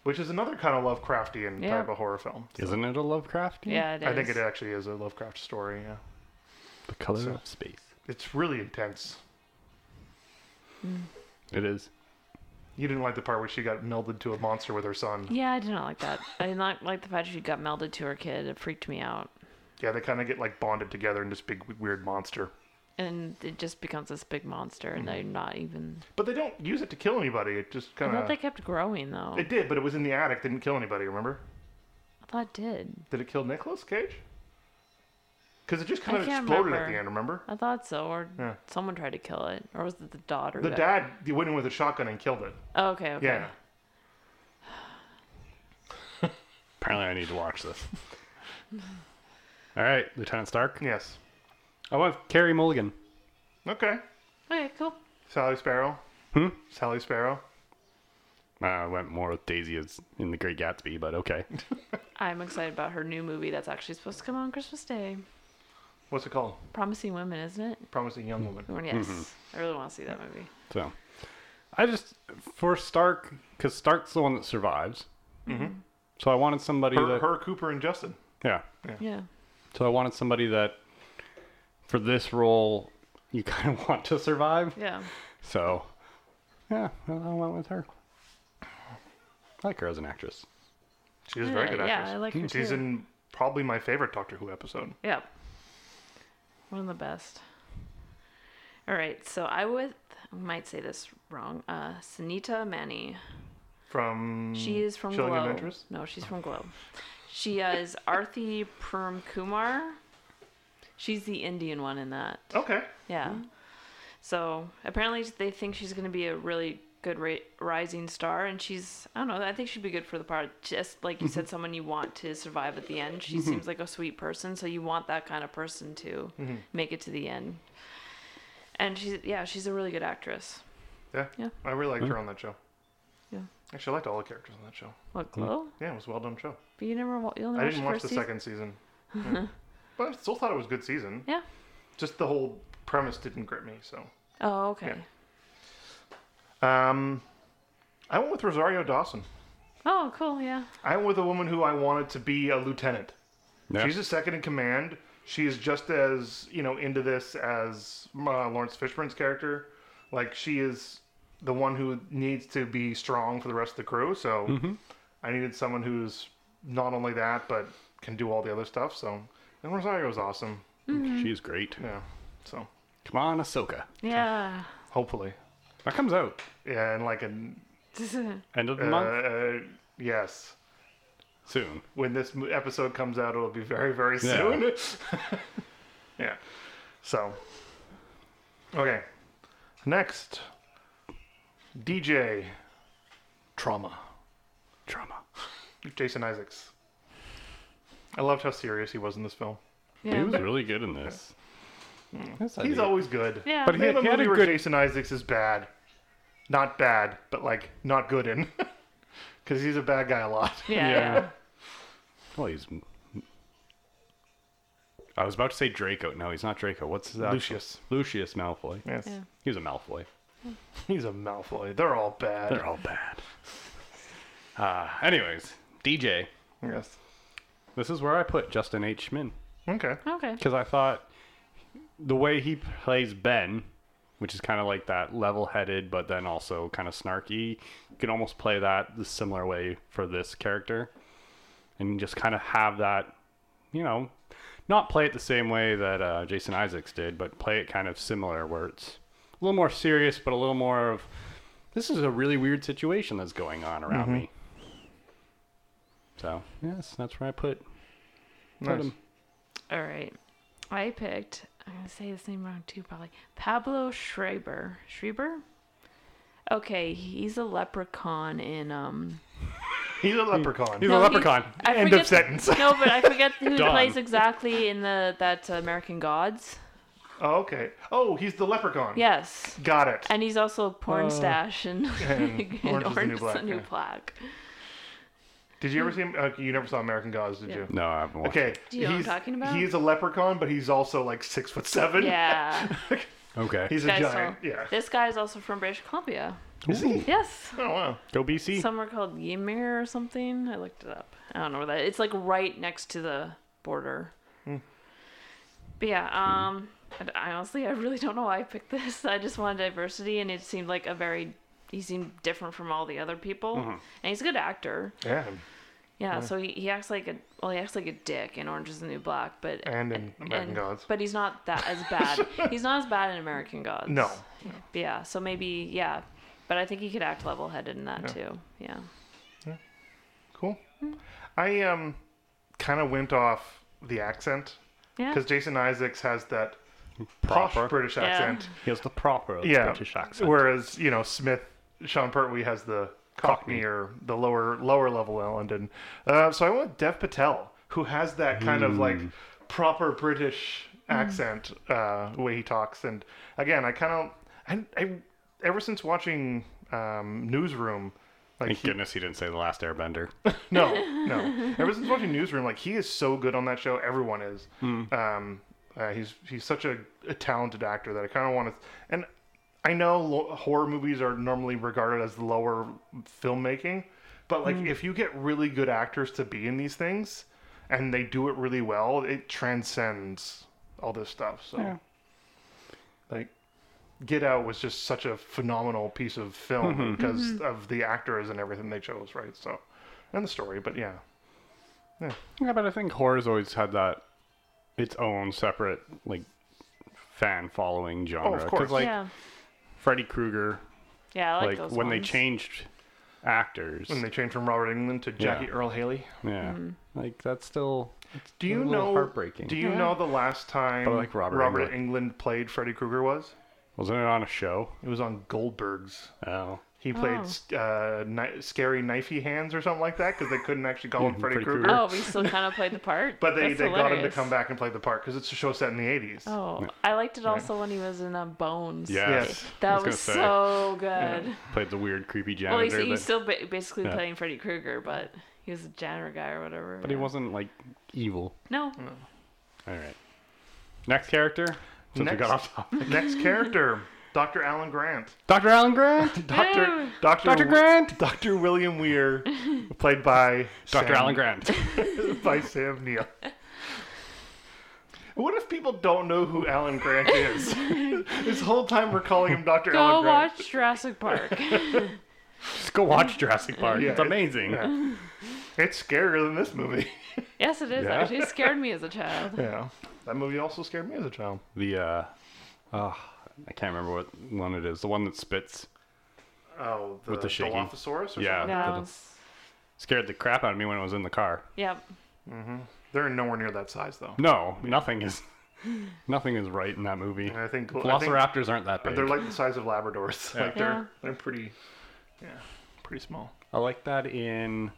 Speaker 2: Which is another kind of Lovecraftian
Speaker 3: Yeah.
Speaker 2: type of horror film.
Speaker 1: Isn't it a Lovecraft?
Speaker 3: Yeah, it is.
Speaker 2: I think it actually is a Lovecraft story. Yeah.
Speaker 1: The color
Speaker 2: So-
Speaker 1: of space.
Speaker 2: It's really intense.
Speaker 1: It is.
Speaker 2: You didn't like the part where she got melded to a monster with her son.
Speaker 3: Yeah, I did not like that. I did not like the fact she got melded to her kid. It freaked me out.
Speaker 2: Yeah, they kind of get like bonded together in this big weird monster.
Speaker 3: And it just becomes this big monster,
Speaker 2: Mm-hmm.
Speaker 3: and they're not even.
Speaker 2: But they don't use it to kill anybody. It just
Speaker 3: I
Speaker 2: kind
Speaker 3: thought
Speaker 2: of.
Speaker 3: they kept growing though.
Speaker 2: Uh, It did, but it was in the attic. Didn't kill anybody. Remember?
Speaker 3: I thought it did.
Speaker 2: Did it kill Nicolas Cage? Because it just kind
Speaker 3: I
Speaker 2: of
Speaker 3: can't
Speaker 2: exploded at
Speaker 3: remember.
Speaker 2: the end. Remember?
Speaker 3: I thought so, or
Speaker 2: Yeah.
Speaker 3: someone tried to kill it, or was it the daughter?
Speaker 2: The dad he went in with a shotgun and killed it.
Speaker 3: Oh, okay, okay.
Speaker 2: Yeah.
Speaker 1: Apparently, I need to watch this.
Speaker 2: *laughs*
Speaker 1: All right, Lieutenant Stark.
Speaker 2: Yes.
Speaker 1: I want Carrie Mulligan.
Speaker 2: Okay.
Speaker 3: Okay, cool.
Speaker 2: Sally Sparrow.
Speaker 1: Hmm?
Speaker 2: Sally Sparrow.
Speaker 1: Uh, I went more with Daisy as in The Great Gatsby, but okay.
Speaker 3: I'm excited about her new movie that's actually supposed to come out on Christmas Day.
Speaker 2: What's it called?
Speaker 3: Promising Women, isn't it?
Speaker 2: Promising Young Woman.
Speaker 3: Or Yes. I really want to see that movie.
Speaker 1: So, I just for Stark because Stark's the one that survives. So I wanted somebody
Speaker 2: Mm-hmm. Her,
Speaker 1: that
Speaker 2: her, Cooper, and Justin.
Speaker 1: yeah.
Speaker 3: Yeah.
Speaker 1: So I wanted somebody that for this role you *laughs* kind of want to survive.
Speaker 3: Yeah.
Speaker 1: So yeah, I I went with her. I like her as an actress.
Speaker 2: She is a very
Speaker 3: Yeah,
Speaker 2: good
Speaker 3: yeah,
Speaker 2: actress.
Speaker 3: I like her
Speaker 2: She's
Speaker 3: too.
Speaker 2: in probably my favorite Doctor Who episode.
Speaker 3: Yeah. One of the best. All right, so I would I might say this wrong. Uh, Sunita Mani.
Speaker 2: From
Speaker 3: She is from
Speaker 2: Chilling
Speaker 3: Glow.
Speaker 2: Mm. Adventures. Oh.
Speaker 3: No, she's from Glow. She is Arthi Perm Kumar. She's the Indian one in that.
Speaker 2: Okay.
Speaker 3: Yeah. So apparently they think she's going to be a really good ra- rising star, and she's I don't know. I think she'd be good for the part. Just like
Speaker 2: *laughs*
Speaker 3: you said, someone you want to survive at the end. She
Speaker 2: Mm-hmm.
Speaker 3: seems like a sweet person, so you want that kind of person to
Speaker 2: Mm-hmm.
Speaker 3: make it to the end. And she's yeah, she's a really good actress.
Speaker 2: Yeah.
Speaker 3: Yeah.
Speaker 2: I really liked her on that show.
Speaker 3: Yeah.
Speaker 2: Actually, I liked all the characters on that show.
Speaker 3: What glow?
Speaker 2: Yeah, it was a well done show.
Speaker 3: But you never wa- you'll never
Speaker 2: Mm-hmm. I didn't watch
Speaker 3: first
Speaker 2: the
Speaker 3: season?
Speaker 2: second
Speaker 3: *laughs*
Speaker 2: season. Yeah. but I still thought it was a good season.
Speaker 3: Yeah.
Speaker 2: Just the whole premise didn't grip me, so.
Speaker 3: Oh okay.
Speaker 2: Yeah. Um, I went with Rosario Dawson.
Speaker 3: Oh cool yeah.
Speaker 2: I went with a woman who I wanted to be a lieutenant.
Speaker 1: Yeah.
Speaker 2: She's a second in command. She is just as you know into this as uh, Lawrence Fishburne's character. Like she is the one who needs to be strong for the rest of the crew. So I needed someone who's not only that but can do all the other stuff. So and Rosario's awesome.
Speaker 1: She's great.
Speaker 2: Yeah. So
Speaker 1: Come on, Ahsoka.
Speaker 3: Yeah. *laughs*
Speaker 2: hopefully,
Speaker 1: That comes out
Speaker 2: yeah, and like an
Speaker 1: end of the
Speaker 2: uh,
Speaker 1: month
Speaker 2: uh, yes.
Speaker 1: soon.
Speaker 2: when this m- episode comes out, it'll be very, very
Speaker 1: Yeah.
Speaker 2: soon. *laughs* Yeah. So, okay. Next, DJ Trauma.
Speaker 1: Drama.
Speaker 2: Jason Isaacs. I loved how serious he was in this film.
Speaker 1: He
Speaker 3: yeah.
Speaker 2: *laughs*
Speaker 1: was really good in this. That's
Speaker 2: He's
Speaker 1: ideal.
Speaker 2: always good.
Speaker 3: Yeah.
Speaker 1: But
Speaker 2: Name a
Speaker 1: He had a
Speaker 2: movie where
Speaker 1: good-
Speaker 2: Jason Isaacs is bad. Not bad, but like not good in. *laughs* Because he's a bad guy a lot.
Speaker 3: yeah.
Speaker 1: yeah.
Speaker 3: Yeah.
Speaker 1: Well, he's. I was about to say Draco. No, he's not Draco. What's that?
Speaker 2: Lucius.
Speaker 1: Lucius Malfoy.
Speaker 2: Yes.
Speaker 3: Yeah.
Speaker 1: He was a Malfoy.
Speaker 2: He's a Malfoy. They're all bad.
Speaker 1: They're all bad. *laughs* Uh, anyways, DJ.
Speaker 2: Yes.
Speaker 1: This is where I put Justin H. Schmin
Speaker 2: Okay.
Speaker 3: Okay.
Speaker 1: because I thought the way he plays Ben, which is kind of like that level-headed but then also kind of snarky, you can almost play that the similar way for this character, and just kind of have that, you know, not play it the same way that uh, Jason Isaacs did, but play it kind of similar, where it's a little more serious but a little more of this is a really weird situation that's going on around
Speaker 2: Mm-hmm.
Speaker 1: me. So yes, that's where I put, put
Speaker 2: Nice.
Speaker 1: him.
Speaker 3: All right. I picked, I'm going to say this name wrong too, probably. Pablo Schreiber. Schreiber? Okay, he's a leprechaun in. um.
Speaker 2: He's a leprechaun.
Speaker 1: He's
Speaker 3: No,
Speaker 1: a
Speaker 3: he-
Speaker 1: leprechaun.
Speaker 3: I
Speaker 2: End
Speaker 3: forget,
Speaker 2: of sentence.
Speaker 3: No, but I forget
Speaker 2: *laughs*
Speaker 3: who he
Speaker 1: Done.
Speaker 3: plays exactly in the that American Gods.
Speaker 2: Oh, okay. Oh, he's the leprechaun.
Speaker 3: Yes.
Speaker 2: Got it.
Speaker 3: And he's also porn stash and,
Speaker 2: Uh, and
Speaker 3: *laughs*
Speaker 2: Orange is the
Speaker 3: and
Speaker 2: New
Speaker 3: Orange is the
Speaker 2: Black,
Speaker 3: New
Speaker 2: yeah.
Speaker 3: Black.
Speaker 2: Did you ever see him? Uh, you never saw American Gods, did
Speaker 3: Hmm. Yeah.
Speaker 2: you?
Speaker 1: No, I haven't watched
Speaker 2: Okay.
Speaker 3: Do you know what I'm
Speaker 2: he's-
Speaker 3: talking about?
Speaker 2: He's a leprechaun, but he's also like six foot seven. *laughs*
Speaker 3: Yeah.
Speaker 1: Okay.
Speaker 2: He's a
Speaker 3: Guys,
Speaker 2: giant.
Speaker 3: so-
Speaker 2: Yeah.
Speaker 3: This guy is also from British Columbia.
Speaker 1: Is he?
Speaker 3: Yes.
Speaker 2: Oh wow.
Speaker 1: Go
Speaker 2: *laughs*
Speaker 1: BC.
Speaker 3: Somewhere called Ymir or something. I looked it up. I don't know where that. It's like right next to the border.
Speaker 2: Hmm.
Speaker 3: But yeah, *laughs* um, and I honestly, I really don't know why I picked this. I just wanted diversity, and it seemed like a very he seemed different from all the other people, and he's a good actor.
Speaker 2: Mm-hmm. Yeah,
Speaker 3: Yeah, so he, he acts like a well, he acts like a dick in Orange Is the New Black, but
Speaker 2: and in American
Speaker 3: and-
Speaker 2: Gods.
Speaker 3: But he's not that as
Speaker 2: *laughs*
Speaker 3: bad. he's not as bad in American Gods.
Speaker 2: No,
Speaker 3: Yeah. So maybe yeah, but I think he could act level-headed in that too. Yeah.
Speaker 2: cool.
Speaker 3: Hmm.
Speaker 2: I um, kind of went off the accent
Speaker 3: Yeah.
Speaker 2: because Jason Isaacs has that
Speaker 1: Proper.
Speaker 2: posh British
Speaker 3: Yeah.
Speaker 2: accent.
Speaker 1: He has the proper
Speaker 2: yeah.
Speaker 1: British accent.
Speaker 2: Whereas you know Smith, Sean Pertwee has the Cockney,
Speaker 1: Cockney.
Speaker 2: or the lower lower level London. Uh, so I went with Dev Patel, who has that kind of like proper British accent uh, way he talks. And again, I kind of I, I ever since watching um, Newsroom. Like
Speaker 1: Thank
Speaker 2: he,
Speaker 1: goodness he didn't say the last Airbender.
Speaker 2: no, no. Ever since watching Newsroom, like he is so good on that show. Everyone is. Um, uh, he's he's such a, a talented actor that I kind of want to. And I know lo- horror movies are normally regarded as lower filmmaking, but like if you get really good actors to be in these things, and they do it really well, it transcends all this stuff. So, like. Get Out was just such a phenomenal piece of film because of the actors and everything they chose, right? So, and the story, but yeah,
Speaker 1: *laughs* Yeah, but I think horror's always had that its own separate like fan following genre.
Speaker 2: course.
Speaker 1: like
Speaker 3: yeah.
Speaker 1: Freddy Krueger,
Speaker 3: Yeah. I like,
Speaker 1: like
Speaker 3: those
Speaker 1: when they
Speaker 3: ones.
Speaker 1: changed actors.
Speaker 2: when they changed from Robert England to Jackie Earl Haley.
Speaker 1: yeah. Like that's still
Speaker 2: Do you
Speaker 1: a little
Speaker 2: know?
Speaker 1: heartbreaking.
Speaker 2: Do you
Speaker 3: Yeah.
Speaker 2: know the last time
Speaker 1: But I like Robert
Speaker 2: England.
Speaker 1: Englund.
Speaker 2: played Freddy Krueger was?
Speaker 1: Wasn't it on a show?
Speaker 2: It was on Goldberg's.
Speaker 1: Oh.
Speaker 2: He played uh, kni- scary knifey hands or something like that because they couldn't actually call him Freddy
Speaker 1: Freddy
Speaker 2: Krueger.
Speaker 1: Krueger.
Speaker 3: Oh, we still kind of played
Speaker 1: *laughs*
Speaker 3: the part.
Speaker 2: But they,
Speaker 3: That's
Speaker 2: they got him to
Speaker 3: hilarious.
Speaker 2: come back and play the part because it's a show set in the 80s.
Speaker 3: Oh, I liked it also when he was in uh, Bones.
Speaker 1: Yes.
Speaker 2: Yes.
Speaker 1: I
Speaker 3: That
Speaker 1: gonna
Speaker 3: was
Speaker 1: say,
Speaker 3: so good.
Speaker 1: played the weird creepy
Speaker 3: Well, he's,
Speaker 1: janitor
Speaker 3: he's
Speaker 1: that-
Speaker 3: still ba- basically
Speaker 1: Yeah.
Speaker 3: playing Freddy Krueger, but he was a janitor guy or whatever.
Speaker 1: but he wasn't like evil.
Speaker 3: No.
Speaker 1: All right. Next character. Since we
Speaker 2: Next.
Speaker 1: got off topic.
Speaker 2: Next character, Dr. Alan Grant.
Speaker 1: Dr. Alan Grant.
Speaker 2: Dr.
Speaker 3: Ew.
Speaker 2: Dr.
Speaker 1: Dr. Grant.
Speaker 2: Dr. William
Speaker 3: *laughs*
Speaker 2: Weir, played by
Speaker 1: Dr.
Speaker 2: Sam-
Speaker 1: Alan
Speaker 2: *laughs*
Speaker 1: Grant.
Speaker 2: by Sam Neill. What if people don't know who Alan Grant
Speaker 3: *laughs*
Speaker 2: is? this whole time we're calling him Dr.
Speaker 3: Go
Speaker 2: Alan Grant.
Speaker 3: watch Jurassic
Speaker 1: *laughs*
Speaker 3: Park. *laughs*
Speaker 1: Just go watch Jurassic Park.
Speaker 2: Yeah,
Speaker 1: it's
Speaker 2: it-
Speaker 1: amazing.
Speaker 2: Yeah. It's scarier than this movie. *laughs*
Speaker 3: yes, it is.
Speaker 1: Yeah.
Speaker 3: Actually, it scared me as a child.
Speaker 2: Yeah. That movie also scared me as a child.
Speaker 1: The uh, uh I can't remember what one it is. The one that spits
Speaker 2: Oh, the,
Speaker 1: With the shaking.
Speaker 2: Dilophosaurus
Speaker 1: *laughs*
Speaker 2: or
Speaker 1: Yeah.
Speaker 2: something?
Speaker 3: That
Speaker 1: the-
Speaker 3: was.
Speaker 1: scared the crap out of me when it was in the car.
Speaker 3: Yep. *laughs*
Speaker 2: They're nowhere near that size, though.
Speaker 1: No, nothing is *laughs* nothing is right in that movie.
Speaker 2: And I think I think
Speaker 1: Velociraptors aren't that big.
Speaker 2: they're like the size of Labradors. *laughs* Like they're
Speaker 3: Yeah.
Speaker 2: they're pretty yeah, pretty
Speaker 3: *laughs*
Speaker 2: small.
Speaker 1: I like that in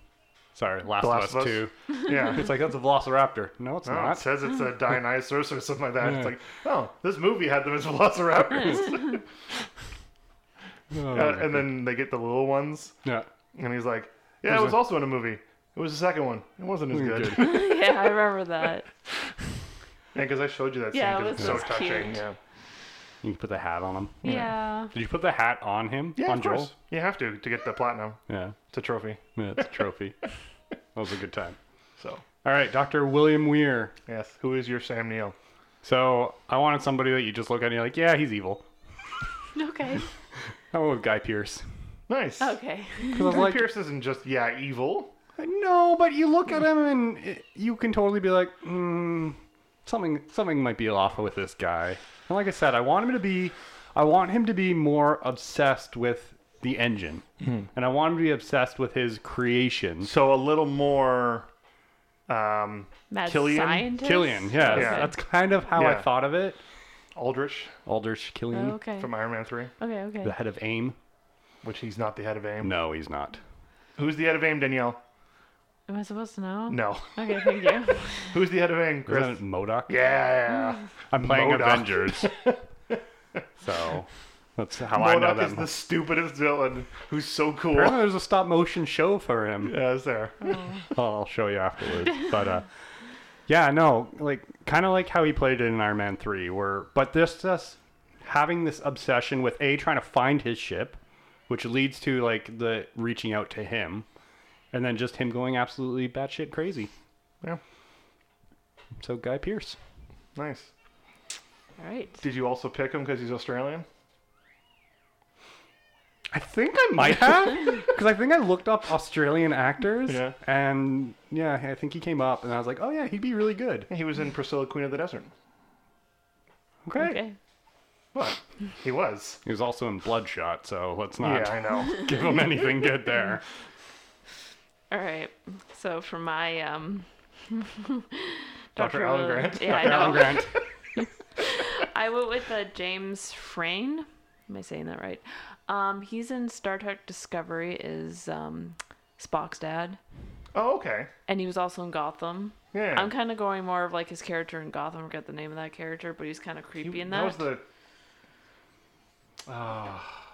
Speaker 1: sorry, Last,
Speaker 2: The Last
Speaker 1: of Us
Speaker 2: of Us?
Speaker 1: Two.
Speaker 2: Yeah.
Speaker 1: It's like that's a Velociraptor. No, it's
Speaker 2: Oh, it
Speaker 1: not.
Speaker 2: says
Speaker 3: *laughs*
Speaker 2: it's a Dionysus or something like that.
Speaker 1: Yeah.
Speaker 2: It's like, oh, this movie had them as Velociraptors.
Speaker 1: Oh,
Speaker 2: Uh, *laughs* and then they get the little ones, *laughs*
Speaker 1: yeah.
Speaker 2: and he's like, "Yeah, it was also in a movie. It was the second one. It wasn't as good." *laughs* yeah,
Speaker 3: Yeah, I remember that.
Speaker 2: because I showed you that scene.
Speaker 3: Yeah,
Speaker 2: 'cause
Speaker 3: it
Speaker 2: it's
Speaker 3: was
Speaker 2: so
Speaker 3: just
Speaker 2: touching.
Speaker 3: cute.
Speaker 2: Yeah,
Speaker 1: You can put the hat on him.
Speaker 3: Yeah.
Speaker 1: Did you put the hat on him?
Speaker 2: yeah,
Speaker 1: on
Speaker 2: of course.
Speaker 1: Joel?
Speaker 2: You have to to get the platinum.
Speaker 1: Yeah.
Speaker 2: It's a trophy.
Speaker 1: Yeah, it's a
Speaker 2: *laughs*
Speaker 1: trophy. that was a good time.
Speaker 2: So
Speaker 1: All right, Dr. William Weir.
Speaker 2: yes, who is your Sam Neill?
Speaker 1: So I wanted somebody that you just look at and you're like, yeah, he's evil.
Speaker 3: Okay. *laughs*
Speaker 1: I went with Guy Pierce.
Speaker 2: Nice.
Speaker 3: Okay.
Speaker 1: Because I was
Speaker 2: *laughs* Guy
Speaker 1: like,
Speaker 2: Pierce isn't just yeah evil.
Speaker 1: no, but you look at him and it- you can totally be like, hmm, something, something might be off with this guy. And like I said, I want him to be, I want him to be more obsessed with the engine,
Speaker 2: Hmm.
Speaker 1: and I want him to be obsessed with his creation.
Speaker 2: So a little more. Um,
Speaker 3: Mad
Speaker 2: Killian?
Speaker 3: Scientist?
Speaker 1: Killian, yeah,
Speaker 3: Okay.
Speaker 1: that's kind of how
Speaker 2: Yeah. Oh,
Speaker 1: I thought of it.
Speaker 2: Aldrich
Speaker 1: Aldrich Killian,
Speaker 3: Okay.
Speaker 2: from Iron Man Three,
Speaker 3: Okay. Okay.
Speaker 1: the head of AIM.
Speaker 2: which he's not the head of AIM.
Speaker 1: No, he's not.
Speaker 2: Mm. Who's the head of AIM, Danielle?
Speaker 3: Am I supposed to know?
Speaker 2: No. *laughs*
Speaker 3: Okay. Thank you.
Speaker 2: Who's the head of AIM, Chris?
Speaker 1: Isn't it Modoc?
Speaker 2: Yeah.
Speaker 1: I'm playing
Speaker 2: MODOK. *laughs*
Speaker 1: Avengers. so that's how I know
Speaker 2: Modok
Speaker 1: that.
Speaker 2: is
Speaker 1: *laughs*
Speaker 2: the stupidest villain who's so cool.
Speaker 1: Apparently there's a stop motion show for him.
Speaker 2: Yeah, it's
Speaker 3: *laughs*
Speaker 2: there.
Speaker 1: Oh, I'll show you afterwards. But uh, yeah, no, like kind of like how he played it in Iron Man Three, where but this just having this obsession with a trying to find his ship, which leads to like the reaching out to him, and then just him going absolutely batshit crazy.
Speaker 2: Yeah,
Speaker 1: So Guy Pierce.
Speaker 2: nice.
Speaker 3: All right.
Speaker 2: Did you also pick him because he's Australian?
Speaker 1: I think I
Speaker 3: *laughs*
Speaker 1: might have because I think I looked up Australian actors.
Speaker 2: Yeah.
Speaker 1: And yeah, I think he came up, and I was like, oh yeah, he'd be really good.
Speaker 2: He was in Priscilla, Queen of the Desert.
Speaker 1: Okay.
Speaker 3: Okay.
Speaker 2: What? He was.
Speaker 1: He was also in Bloodshot, so let's not
Speaker 2: *laughs* Yeah, I
Speaker 1: *laughs*
Speaker 2: know.
Speaker 1: give him anything good there.
Speaker 3: All right. So for my um, *laughs*
Speaker 2: Dr. Alan
Speaker 3: Will-
Speaker 2: Grant.
Speaker 3: Yeah, I
Speaker 1: Alan
Speaker 3: know.
Speaker 1: Grant.
Speaker 3: I went with uh, James Frain. Am I saying that right? Um, he's in Star Trek Discovery. Is um, Spock's dad,
Speaker 2: *laughs* Oh, okay.
Speaker 3: and he was also in Gotham.
Speaker 2: Yeah.
Speaker 3: I'm kind of going more of like his character in Gotham. I forget the name of that character, but he's kind of creepy
Speaker 2: He-
Speaker 3: in that.
Speaker 2: was the. Ah,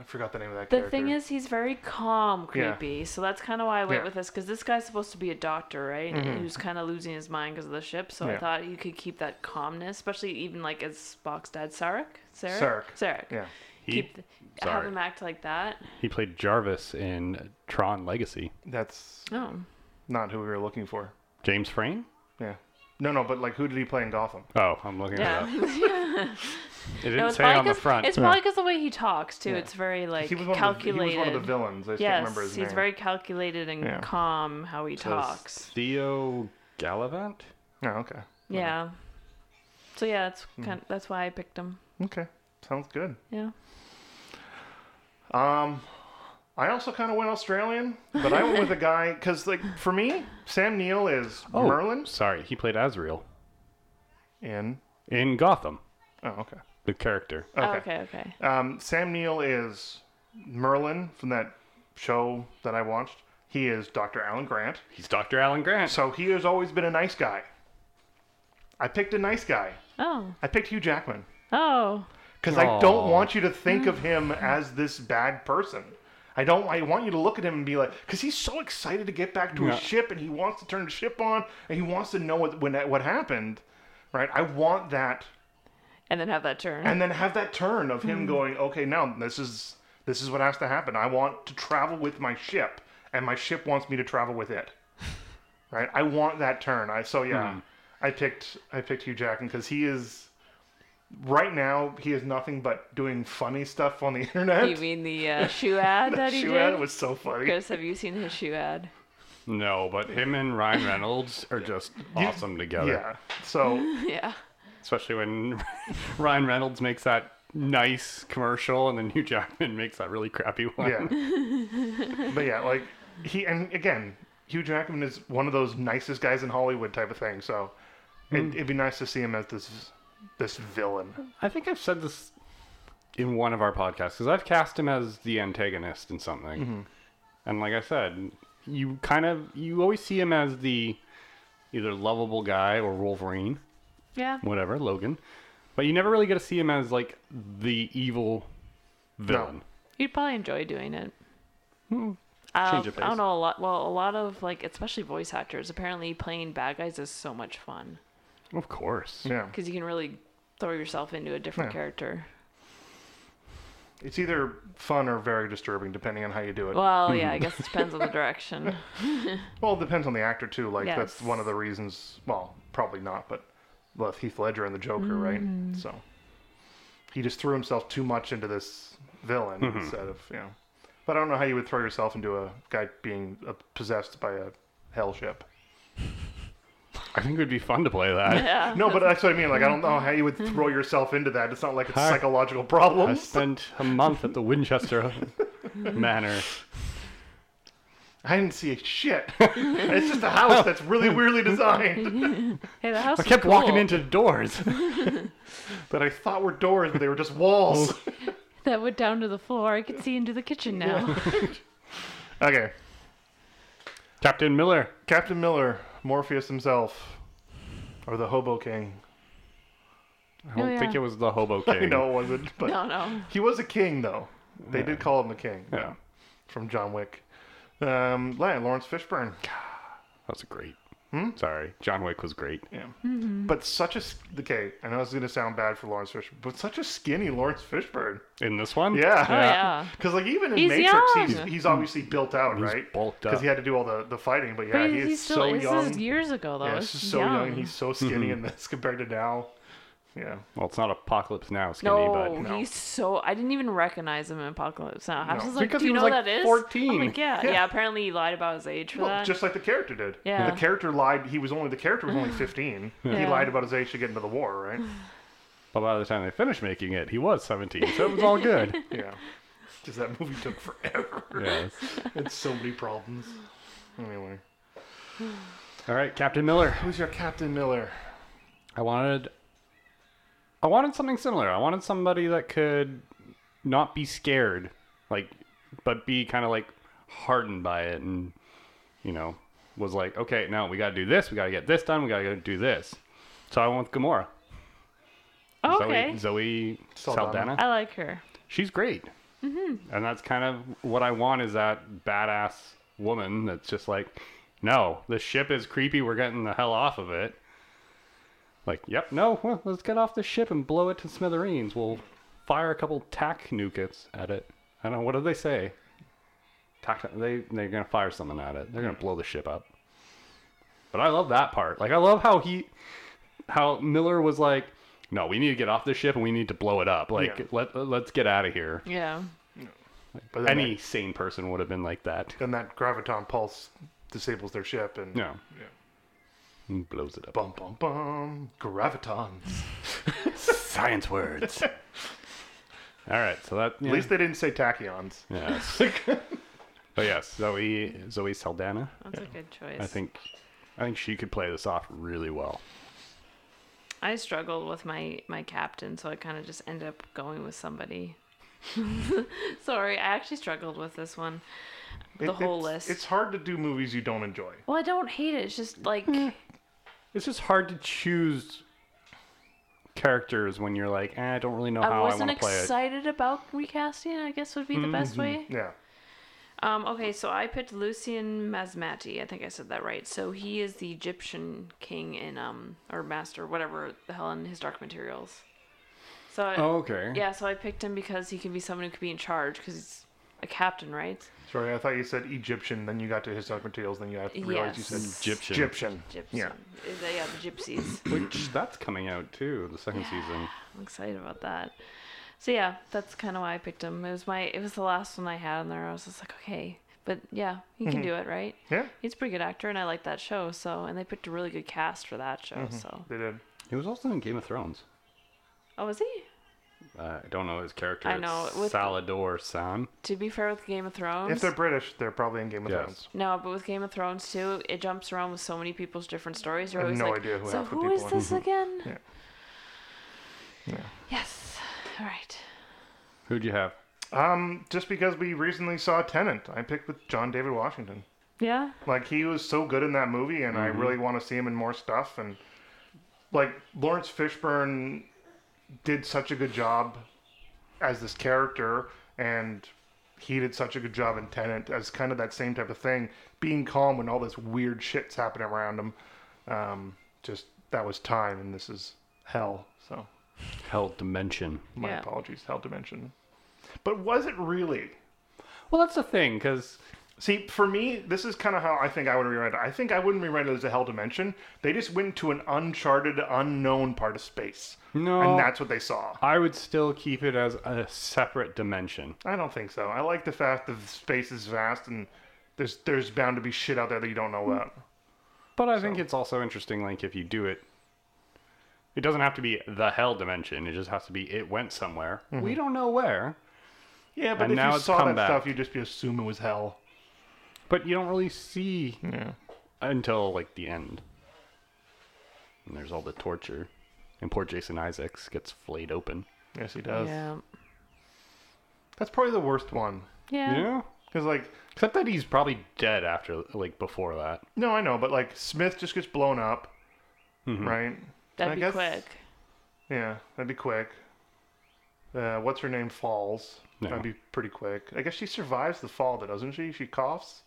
Speaker 2: I forgot the name of that
Speaker 3: The
Speaker 2: character.
Speaker 3: thing is, he's very calm,
Speaker 2: Yeah.
Speaker 3: creepy. So that's kind of why I went
Speaker 2: Yeah. Mm-hmm.
Speaker 3: with this because this guy's supposed to be a doctor, right? And he was kind of losing his mind because of the ship. So
Speaker 2: Yeah.
Speaker 3: I thought you could keep that calmness, especially even like as Spock's dad, Sarek. Sarek.
Speaker 2: Sarek.
Speaker 3: Sarek.
Speaker 2: Yeah.
Speaker 1: He-
Speaker 3: *laughs* Keep th- have
Speaker 1: Sarek.
Speaker 3: him act like that.
Speaker 1: He played Jarvis in Tron Legacy.
Speaker 2: That's
Speaker 3: Oh,
Speaker 2: not who we were looking for.
Speaker 1: James Frame?
Speaker 2: Yeah. No, no, but like, who did he play in Gotham?
Speaker 1: Oh, I'm looking
Speaker 3: yeah. *laughs*
Speaker 1: at that.
Speaker 3: yeah.
Speaker 1: It didn't
Speaker 3: No, it's
Speaker 1: say on
Speaker 3: probably
Speaker 1: the
Speaker 3: 'cause
Speaker 1: front.
Speaker 3: it's probably 'cause the way he talks too.
Speaker 2: Yeah.
Speaker 3: It's very like
Speaker 2: he was one Of the,
Speaker 3: calculated.
Speaker 2: he was one of the villains. I just can't
Speaker 3: yes,
Speaker 2: remember his
Speaker 3: he's
Speaker 2: name.
Speaker 3: very calculated and
Speaker 2: Yeah.
Speaker 3: calm how he
Speaker 1: It was
Speaker 3: talks.
Speaker 1: Theo Gallivant?
Speaker 2: Oh, okay.
Speaker 3: Yeah. So yeah, that's
Speaker 2: Hmm.
Speaker 3: kind that's why I picked him.
Speaker 2: Okay. Sounds good.
Speaker 3: Yeah.
Speaker 2: Um, I also kind of went Australian, but I went
Speaker 3: *laughs*
Speaker 2: with a guy because, like, for me, Sam Neill is Merlin
Speaker 1: Sorry, he played Azrael
Speaker 2: in.
Speaker 1: in Gotham,
Speaker 2: Oh, okay.
Speaker 1: the character.
Speaker 3: Oh,
Speaker 2: Okay.
Speaker 3: okay. Okay.
Speaker 2: Um, Sam Neill is Merlin from that show that I watched. He is Dr. Alan Grant.
Speaker 1: He's Dr. Alan Grant.
Speaker 2: So he has always been a nice guy. I picked a nice guy.
Speaker 3: Oh.
Speaker 2: I picked Hugh Jackman
Speaker 3: Oh.
Speaker 2: because I don't
Speaker 1: Aw.
Speaker 2: want you to think of him as this bad person. I don't. I want you to look at him and be like, because he's so excited to get back to
Speaker 1: Yeah.
Speaker 2: his ship and he wants to turn the ship on and he wants to know what when that, what happened, right? I want that,
Speaker 3: And then have that turn.
Speaker 2: and then have that turn of him going, okay, now this is this is what has to happen. I want to travel with my ship, and my ship wants me to travel with it, right? I want that turn. I so yeah, I picked I picked Hugh Jackman because he is. Right now, he is nothing but doing funny stuff on the *laughs* internet.
Speaker 3: you mean the
Speaker 2: *laughs*
Speaker 3: uh, shoe ad that he
Speaker 2: Shoe
Speaker 3: did?
Speaker 2: ad was so funny.
Speaker 3: *laughs* Chris, have you seen his
Speaker 2: *laughs*
Speaker 3: shoe ad?
Speaker 1: No, but him and Ryan Reynolds are just awesome together.
Speaker 2: Yeah. So
Speaker 3: yeah.
Speaker 1: Especially when *laughs* Ryan Reynolds makes that nice commercial and then Hugh Jackman *laughs* makes that really crappy one.
Speaker 2: yeah. *laughs* but yeah, like he and again, Hugh Jackman is one of those nicest guys in Hollywood type of thing. So it, it'd be nice to see him as this this villain.
Speaker 1: I think I've said this in one of our podcasts because I've cast him as the antagonist in something, and like I said, you kind of you always see him as the either lovable guy or Wolverine,
Speaker 3: Yeah.
Speaker 1: whatever Logan, but you never really get to see him as like the evil villain.
Speaker 3: You'd probably enjoy doing it.
Speaker 2: Hmm.
Speaker 1: Change of
Speaker 3: Um, I
Speaker 1: pace.
Speaker 3: don't know a lot. Well, a lot of like, especially voice actors. Apparently, playing bad guys is so much fun
Speaker 1: Of course,
Speaker 2: Yeah.
Speaker 3: because you can really throw yourself into a different
Speaker 2: Yeah.
Speaker 3: character.
Speaker 2: It's either fun or very disturbing, depending on how you do it. Well,
Speaker 3: Well, yeah, I
Speaker 2: Mm-hmm.
Speaker 3: guess it depends on the
Speaker 2: *laughs*
Speaker 3: direction.
Speaker 2: it depends on the actor too. Like that's
Speaker 3: Yes.
Speaker 2: one of the reasons. Well, probably not, but with Heath Ledger and the Joker, right? So he just threw himself too much into this villain instead of you know. But I don't know how you would throw yourself into a guy being uh, possessed by a hell ship.
Speaker 1: I think it would be fun to play *laughs* that.
Speaker 3: Yeah.
Speaker 2: No, but that's what I mean. Like I don't know how you would throw yourself into that. It's not like it's
Speaker 1: Hi.
Speaker 2: psychological
Speaker 1: I
Speaker 2: problems.
Speaker 1: spent a month at the
Speaker 3: *laughs*
Speaker 1: Winchester Manor.
Speaker 2: I didn't see
Speaker 1: *laughs*
Speaker 2: shit. it's just a house that's really weirdly designed.
Speaker 3: Hey, the house.
Speaker 1: I
Speaker 3: is
Speaker 1: kept walking
Speaker 3: cool.
Speaker 1: into doors. *laughs*
Speaker 2: that I thought were doors, but they were just walls.
Speaker 3: that went down to the floor. I could see into the kitchen now.
Speaker 2: *laughs* okay.
Speaker 1: Captain Miller.
Speaker 2: Captain Miller, Morpheus himself, or the Hobo King.
Speaker 1: I don't
Speaker 3: Oh,
Speaker 1: think
Speaker 3: yeah.
Speaker 1: it was the Hobo
Speaker 3: *laughs*
Speaker 1: King.
Speaker 2: I know it wasn't, *laughs* but
Speaker 3: No, no.
Speaker 2: he was a king, though. They did call him a king
Speaker 1: Yeah.
Speaker 2: from John Wick. Um, yeah, Lawrence Fishburne.
Speaker 1: That was great.
Speaker 3: Hmm?
Speaker 1: Sorry, John Wick was great.
Speaker 2: Yeah. But such a. s- Okay, I know it's going to sound bad for Lawrence Fishburne, but such a skinny Lawrence Fishburne.
Speaker 1: In this one,
Speaker 2: Yeah. *laughs*
Speaker 3: Oh yeah.
Speaker 2: Because, like, even in
Speaker 3: He's
Speaker 2: Matrix,
Speaker 3: young.
Speaker 2: he's, he's obviously built out,
Speaker 1: He's
Speaker 2: right?
Speaker 1: bulked
Speaker 2: Because
Speaker 1: up.
Speaker 2: he had to do all the, the fighting, but yeah,
Speaker 3: But
Speaker 2: he
Speaker 3: he's,
Speaker 2: is
Speaker 3: still
Speaker 2: so
Speaker 3: this
Speaker 2: young.
Speaker 3: is years ago though.
Speaker 2: Yeah,
Speaker 3: It's
Speaker 1: Mm-hmm.
Speaker 2: he's so young. He's so skinny in this compared to now. Yeah.
Speaker 1: Well, it's not Apocalypse Now, Skinny,
Speaker 3: No,
Speaker 2: No.
Speaker 3: he's so. I didn't even recognize him in Apocalypse Now. I was
Speaker 2: No.
Speaker 3: just like,
Speaker 1: Because
Speaker 3: do
Speaker 1: he
Speaker 3: you
Speaker 1: was,
Speaker 3: know
Speaker 1: like,
Speaker 3: who that is?
Speaker 1: 14.
Speaker 3: I'm like, yeah,
Speaker 2: Yeah.
Speaker 3: yeah, Apparently, he lied about his age for
Speaker 2: Well,
Speaker 3: that.
Speaker 2: just like the character did.
Speaker 3: Yeah.
Speaker 2: The character lied. He was only the character
Speaker 3: *laughs*
Speaker 2: was only 15. He
Speaker 3: Yeah.
Speaker 2: lied about his age to get into the war,
Speaker 3: *laughs*
Speaker 2: right?
Speaker 1: but by the time they finished making it, he was 17, so it was all
Speaker 3: *laughs*
Speaker 1: good.
Speaker 2: Yeah. Because that movie took forever. *laughs*
Speaker 1: yes.
Speaker 2: It's so many problems. Anyway,
Speaker 1: All right, Captain Miller.
Speaker 2: who's your Captain Miller?
Speaker 1: I wanted I wanted something similar. I wanted somebody that could not be scared, like but be kind of like hardened by it and you know, was like, "Okay, no, we got to do this. We got to get this done. We got to do this." So I went with Gamora.
Speaker 3: okay,
Speaker 1: Zoe, Zoe
Speaker 2: Saldana.
Speaker 1: Saldana.
Speaker 3: I like her.
Speaker 1: She's great. Mm-hmm. And that's kind of what I want is that badass woman that's just like, no, the ship is creepy. We're getting the hell off of it. Like, yep, no, well, let's get off the ship and blow it to smithereens. We'll fire a couple tack nukets at it. I don't know. What do they say? Tac, they, they're going to fire something at it. They're going to blow the ship up. But I love that part. Like, I love how he, how Miller was like, no, we need to get off this ship and we need to blow it up. Like,
Speaker 2: Yeah.
Speaker 1: let, let's get out of here.
Speaker 3: Yeah,
Speaker 2: But then
Speaker 1: Any sane person would have been like that.
Speaker 2: that, then that graviton pulse disables their ship and
Speaker 1: No,
Speaker 2: Yeah.
Speaker 1: and blows it up.
Speaker 2: bum bum bum gravitons.
Speaker 1: Science *laughs* words. All right, so that yeah.
Speaker 2: At least they didn't say tachyons.
Speaker 1: *laughs* yes. but yes, Zoe Zoe Saldana.
Speaker 3: that's a good choice.
Speaker 1: I think I think she could play this off really well.
Speaker 3: I struggled with my my captain, so I kind of just ended up going with somebody. *laughs* Sorry, I actually struggled with this one. The
Speaker 2: It-
Speaker 3: whole
Speaker 2: it's-
Speaker 3: list.
Speaker 2: It's hard to do movies you don't enjoy.
Speaker 3: Well, I don't hate it. It's just like
Speaker 1: Eh. It's just hard to choose characters when you're like, eh, I don't really know
Speaker 3: I
Speaker 1: how I want
Speaker 3: wasn't
Speaker 1: to play it. Mm-hmm.
Speaker 3: excited about recasting. I guess would be the best way.
Speaker 2: Yeah.
Speaker 3: Um, okay, so I picked Lucian Masmati. I think I said that right. So he is the Egyptian king in um or master, whatever the hell in his Dark Materials. So I,
Speaker 1: Oh, okay.
Speaker 3: yeah, so I picked him because he can be someone who could be in charge because he's a captain, right?
Speaker 2: Sorry, I thought you said Egyptian. Then you got to his dark materials. Then you got to realize you said
Speaker 3: Yes.
Speaker 1: Egyptian.
Speaker 2: Egyptian.
Speaker 3: Gypsy.
Speaker 2: Yeah.
Speaker 3: Is that- yeah, the gypsies.
Speaker 1: Which that's coming out too, the second season.
Speaker 3: I'm excited about that. So yeah, that's kind of why I picked him. It was my it was the last one I had on there. I was just like, okay, but yeah, he can do it, right?
Speaker 2: Yeah.
Speaker 3: He's a pretty good actor, and I like that show. So, and they picked a really good cast for that show. So,
Speaker 2: They did.
Speaker 1: He was also in Game of Thrones.
Speaker 3: oh, is he?
Speaker 1: Uh, I don't know his character.
Speaker 3: I know,
Speaker 1: It's
Speaker 3: with-
Speaker 1: Salador Sam.
Speaker 3: To be fair with Game of Thrones,
Speaker 2: If they're British, they're probably in Game of
Speaker 1: Yes.
Speaker 2: Thrones.
Speaker 3: no, but with Game of Thrones too, it jumps around with so many people's different stories. You're
Speaker 2: I have
Speaker 3: always
Speaker 2: no
Speaker 3: like,
Speaker 2: idea who
Speaker 3: so
Speaker 2: half the
Speaker 3: who is
Speaker 2: people are." Mm-hmm.
Speaker 3: this again?
Speaker 2: Yeah. Yeah.
Speaker 3: Yes. All right.
Speaker 1: Who'd you have?
Speaker 2: Um, just because we recently saw Tenant, I picked with John David Washington.
Speaker 3: Yeah.
Speaker 2: Like he was so good in that movie, and I really want to see him in more stuff. And like Lawrence Fishburne did such a good job as this character, and he did such a good job in Tenant as kind of that same type of thing, being calm when all this weird shit's happening around him. Um, just that was time, and this is hell. So
Speaker 1: Hell Dimension.
Speaker 2: my
Speaker 3: Yeah.
Speaker 2: apologies, hell dimension. But was it really?
Speaker 1: Well, that's the thing, because
Speaker 2: See, for me, this is kind of how I think I would rewrite it. I think I wouldn't rewrite it as a hell dimension. They just went to an uncharted, unknown part of space.
Speaker 1: No.
Speaker 2: And that's what they saw.
Speaker 1: I would still keep it as a separate dimension.
Speaker 2: I don't think so. I like the fact that space is vast and there's there's bound to be shit out there that you don't know about.
Speaker 1: But I think it's also interesting, like, if you do it, it doesn't have to be the hell dimension. It just has to be it went somewhere.
Speaker 3: Mm-hmm.
Speaker 1: We don't know where.
Speaker 2: Yeah, but
Speaker 1: And
Speaker 2: if
Speaker 1: now
Speaker 2: you
Speaker 1: it's
Speaker 2: saw
Speaker 1: come
Speaker 2: that
Speaker 1: back.
Speaker 2: stuff, you'd just be assume it was hell.
Speaker 1: But you don't really see
Speaker 2: Yeah.
Speaker 1: until, like, the end. And there's all the torture. And poor Jason Isaacs gets flayed open.
Speaker 2: Yes, he does.
Speaker 3: yeah.
Speaker 2: That's probably the worst one.
Speaker 3: Yeah.
Speaker 1: Yeah.
Speaker 2: Because, like,
Speaker 1: Except that he's probably dead after, like, before that.
Speaker 2: no, I know, but, like, Smith just gets blown up,
Speaker 1: Mm-hmm.
Speaker 2: right?
Speaker 3: That'd
Speaker 2: I
Speaker 3: be
Speaker 2: guess-
Speaker 3: quick.
Speaker 2: Yeah, that'd be quick. Uh, what's her name falls.
Speaker 1: Yeah.
Speaker 2: That'd be pretty quick. I guess she survives the fall, though, doesn't she? She coughs.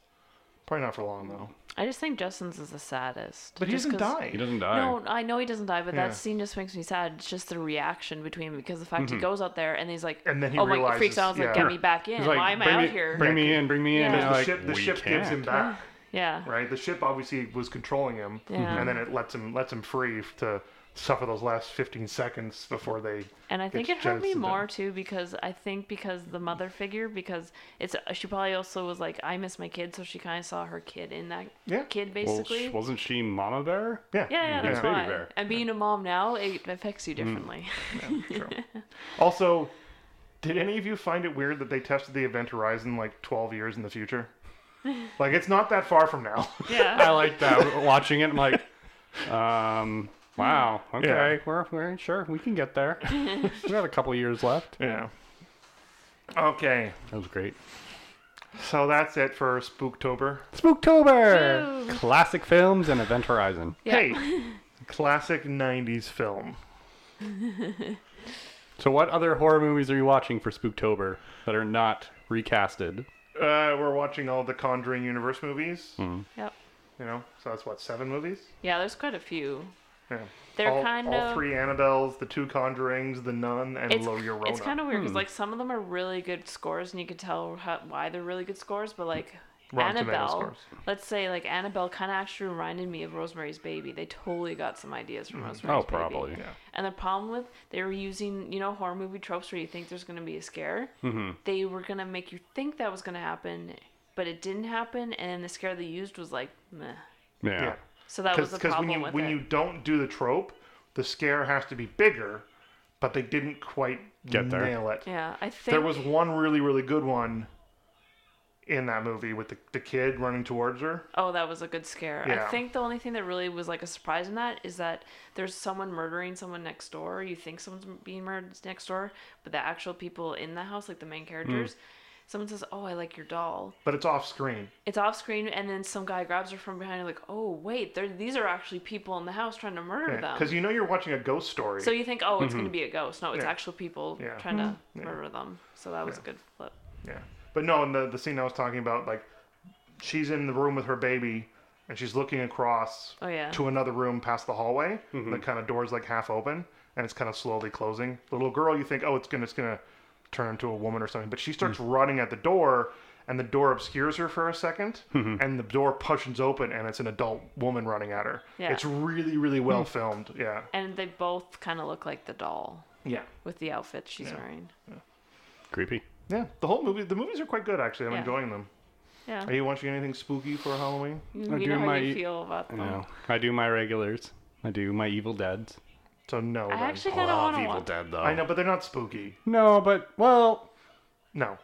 Speaker 2: Probably not for long though.
Speaker 3: I just think Justin's is the saddest.
Speaker 2: But he
Speaker 3: Just
Speaker 2: doesn't
Speaker 3: 'cause-
Speaker 2: die.
Speaker 1: He doesn't die.
Speaker 3: No, I know he doesn't die, but
Speaker 2: Yeah.
Speaker 3: that scene just makes me sad. It's just the reaction between him because the fact he goes out there and he's like,
Speaker 2: Mm-hmm. And then he
Speaker 3: oh my, he
Speaker 2: realizes-
Speaker 3: freaks out. I was like,
Speaker 2: yeah.
Speaker 3: get me back in.
Speaker 1: He's like,
Speaker 3: Why am I
Speaker 1: "Bring
Speaker 3: out
Speaker 1: me-
Speaker 3: here?
Speaker 1: Bring me in, bring me in.
Speaker 3: Yeah.
Speaker 1: And
Speaker 2: The
Speaker 1: they're like,
Speaker 2: ship, the
Speaker 1: "We
Speaker 2: ship gives him
Speaker 1: can't."
Speaker 2: back,
Speaker 3: yeah.
Speaker 2: right? The ship obviously was controlling him,
Speaker 1: Mm-hmm.
Speaker 3: Yeah.
Speaker 2: and then it lets him lets him free to suffer those last 15 seconds before they
Speaker 3: And I think it
Speaker 2: gets
Speaker 3: hurt me
Speaker 2: jettisoned
Speaker 3: more
Speaker 2: out.
Speaker 3: too because I think because the mother figure because it's uh, she probably also was like I miss my kid so she kind of saw her kid in that
Speaker 2: Yeah.
Speaker 3: kid
Speaker 1: Well,
Speaker 3: basically.
Speaker 1: sh- wasn't she Mama Bear?
Speaker 2: yeah
Speaker 3: yeah, yeah, that's
Speaker 1: baby
Speaker 3: why.
Speaker 1: bear. Mm.
Speaker 3: And being a mom now, it affects you differently.
Speaker 2: True. also did any of you find it weird that they tested the event horizon like 12 years in the
Speaker 3: *laughs*
Speaker 2: future like it's not that far from now
Speaker 1: I
Speaker 3: yeah.
Speaker 1: like that. *laughs* Watching it, I'm like, um, wow, okay,
Speaker 2: Yeah.
Speaker 1: we're, we're sure we can get there. we got a couple years left.
Speaker 2: yeah okay
Speaker 1: That was great.
Speaker 2: so that's it for spooktober
Speaker 1: Spooktober,
Speaker 3: Woo.
Speaker 1: classic films and Event Horizon.
Speaker 3: Yeah.
Speaker 2: hey
Speaker 3: *laughs*
Speaker 2: classic 90s film
Speaker 1: So, what other horror movies are you watching for Spooktober that are not recasted?
Speaker 2: uh, we're watching all the conjuring universe movies
Speaker 3: *laughs*
Speaker 1: Hmm.
Speaker 3: Yep.
Speaker 2: you know so that's what seven movies
Speaker 3: Yeah, there's quite a few.
Speaker 2: yeah
Speaker 3: They're
Speaker 2: all,
Speaker 3: kind
Speaker 2: all
Speaker 3: of-
Speaker 2: three Annabelles, the two Conjurings, the Nun, and
Speaker 3: It's,
Speaker 2: Lo Llorona.
Speaker 3: it's kind of weird because
Speaker 2: Hmm.
Speaker 3: like some of them are really good scores and you can tell how, why they're really good scores, but like
Speaker 2: Rotten Tomato
Speaker 3: Annabelle,
Speaker 2: scores.
Speaker 3: let's say like Annabelle kind of actually reminded me of Rosemary's Baby. They totally got some ideas
Speaker 2: Mm-hmm.
Speaker 3: from Rosemary's
Speaker 1: Oh,
Speaker 3: Baby.
Speaker 1: probably.
Speaker 2: yeah.
Speaker 3: And the problem with they were using, you know, horror movie tropes where you think there's going to be a scare. Mm-hmm. They were going to make you think that was going to happen, but it didn't happen, and the scare they used was like, meh.
Speaker 1: Yeah.
Speaker 2: Yeah.
Speaker 3: So that was the
Speaker 2: because
Speaker 3: problem
Speaker 2: when you
Speaker 3: with
Speaker 2: when
Speaker 3: it.
Speaker 2: you don't do the trope, the scare has to be bigger, but they didn't quite
Speaker 1: Get there.
Speaker 2: nail it.
Speaker 3: yeah, I think
Speaker 2: There was one really really good one in that movie with the, the kid running towards her.
Speaker 3: Oh, that was a good scare.
Speaker 2: Yeah.
Speaker 3: I think the only thing that really was like a surprise in that is that there's someone murdering someone next door. You think someone's m- being murdered next door, but the actual people in the house, like the main characters, someone says, "Oh, I like your doll."
Speaker 2: But it's off screen.
Speaker 3: It's off screen, and then some guy grabs her from behind, and like, "Oh, wait, they're- these are actually people in the house trying to murder them."
Speaker 2: Because you know you're watching a ghost story.
Speaker 3: So you think, "Oh, it's going to be a ghost." No, it's
Speaker 2: Yeah.
Speaker 3: actual people
Speaker 2: Yeah.
Speaker 3: trying to murder them. So that was a good flip.
Speaker 2: yeah. But no, in the, the scene I was talking about, like she's in the room with her baby and she's looking across
Speaker 3: Oh yeah.
Speaker 2: to another room past the hallway. The kind of door's like half open and it's kind of slowly closing. The little girl, you think, oh, it's gonna it's gonna turn into a woman or something, but she starts running at the door, and the door obscures her for a 2nd and the door pushes open, and it's an adult woman running at her.
Speaker 3: Yeah.
Speaker 2: It's really really well filmed. Yeah,
Speaker 3: and they both kind of look like the doll
Speaker 2: yeah,
Speaker 3: with the outfit she's wearing.
Speaker 1: Creepy.
Speaker 2: yeah. The whole movie, the movies are quite good actually. I'm
Speaker 3: Yeah.
Speaker 2: enjoying them.
Speaker 3: Yeah.
Speaker 2: Are you watching anything spooky for Halloween?
Speaker 3: You
Speaker 1: do
Speaker 3: know how
Speaker 1: my-
Speaker 3: you feel about them.
Speaker 1: No. I do my regulars. I do my Evil Deads.
Speaker 2: So no.
Speaker 3: I
Speaker 2: then.
Speaker 3: actually kind of want to watch.
Speaker 1: Dead though.
Speaker 2: I know, but they're not spooky.
Speaker 1: No, but well,
Speaker 2: No.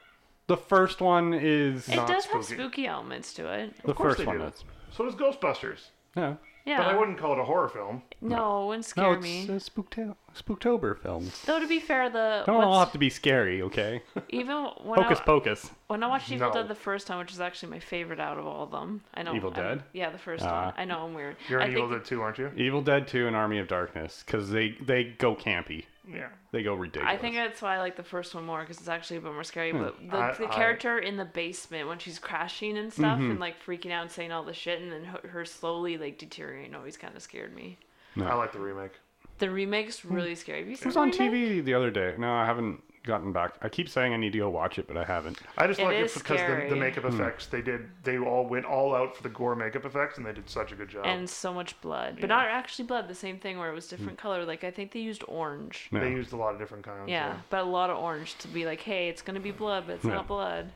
Speaker 1: the first one is
Speaker 3: It
Speaker 2: not
Speaker 3: does have
Speaker 2: spooky.
Speaker 3: spooky elements to it.
Speaker 1: the
Speaker 2: Of course
Speaker 1: first
Speaker 2: they
Speaker 1: one
Speaker 2: do.
Speaker 1: is.
Speaker 2: So does Ghostbusters,
Speaker 1: Yeah.
Speaker 3: Yeah.
Speaker 2: but I wouldn't call it a horror film.
Speaker 3: No, it wouldn't
Speaker 1: No,
Speaker 3: scare
Speaker 1: it's
Speaker 3: me.
Speaker 1: uh, spookta- Spooktober films.
Speaker 3: Though to be fair, the
Speaker 1: Don't all
Speaker 3: what's-
Speaker 1: have to be scary, okay?
Speaker 3: even when
Speaker 1: Hocus
Speaker 3: I,
Speaker 1: pocus.
Speaker 3: when I watched Evil
Speaker 2: No.
Speaker 3: Dead the first time, which is actually my favorite out of all of them. I know.
Speaker 1: Evil
Speaker 3: I'm-
Speaker 1: Dead?
Speaker 3: Yeah, the first
Speaker 1: Ah.
Speaker 3: one. I know I'm weird.
Speaker 2: You're
Speaker 3: I
Speaker 2: an Evil
Speaker 3: think-
Speaker 2: Dead too, aren't you?
Speaker 1: Evil Dead 2 and Army of Darkness, because they, they go campy.
Speaker 2: Yeah.
Speaker 1: They go ridiculous. Hmm.
Speaker 3: I think that's why I like the first one more because it's actually a bit more scary. But the,
Speaker 2: I-
Speaker 3: the
Speaker 2: I-
Speaker 3: character in the basement when she's crashing and stuff
Speaker 1: Mm-hmm.
Speaker 3: and like freaking out and saying all the shit and then her, her slowly like deteriorating always kind of scared me.
Speaker 2: I like the remake.
Speaker 3: The remake's really scary. Have you seen
Speaker 1: Hmm. it was
Speaker 3: the
Speaker 1: on
Speaker 3: remake?
Speaker 1: TV the other day. No, I haven't gotten back. I keep saying I need to go watch it, but I haven't.
Speaker 2: I just
Speaker 3: It
Speaker 2: like it
Speaker 3: is
Speaker 2: because the, the
Speaker 3: scary.
Speaker 2: makeup effects they did, they all went all out for the gore makeup effects, and they did such a good
Speaker 1: Oh.
Speaker 2: job.
Speaker 3: and so much blood, but not actually blood. The same thing where it was different
Speaker 1: Mm.
Speaker 3: color. Like I think they used orange.
Speaker 1: No.
Speaker 2: they used a lot of different kinds.
Speaker 3: Yeah, but a lot of orange to be like, hey, it's gonna be blood, but it's
Speaker 1: Yeah.
Speaker 3: not blood.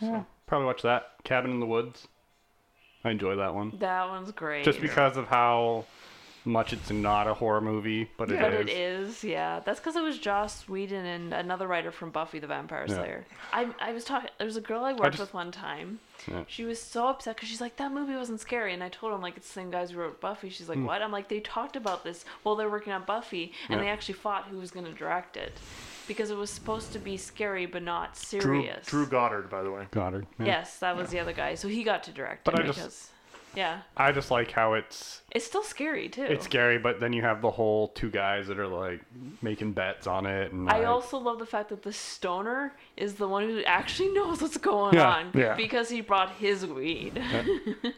Speaker 1: Yeah, probably watch that. Cabin in the Woods. I enjoy that one.
Speaker 3: That one's great.
Speaker 1: Just because of how much it's not a horror movie, but it is.
Speaker 2: Yeah.
Speaker 3: but it is, yeah. That's because it was Joss Whedon and another writer from Buffy the Vampire Slayer. I, I was talking. There was a girl I worked
Speaker 1: just-
Speaker 3: with one time.
Speaker 1: Yeah.
Speaker 3: She was so upset because she's like, that movie wasn't scary, and I told her, I'm like, it's the same guys who wrote Buffy. She's
Speaker 1: Hmm.
Speaker 3: like, what? I'm like, they talked about this while they're working on Buffy, and
Speaker 1: Yeah.
Speaker 3: they actually fought who was going to direct it because it was supposed to be scary but not
Speaker 2: Drew,
Speaker 3: serious.
Speaker 2: Drew Goddard, by the way.
Speaker 1: Goddard. yeah.
Speaker 3: Yes, that was the other guy. So he got to direct
Speaker 1: But
Speaker 3: it
Speaker 1: I just-
Speaker 3: because, yeah,
Speaker 1: I just like how it's
Speaker 3: it's still scary too.
Speaker 1: it's scary, but then you have the whole two guys that are like making bets on it, and
Speaker 3: I
Speaker 1: like-
Speaker 3: also love the fact that the stoner is the one who actually *laughs* knows what's going
Speaker 1: Yeah,
Speaker 3: on
Speaker 2: yeah.
Speaker 3: because he brought his weed.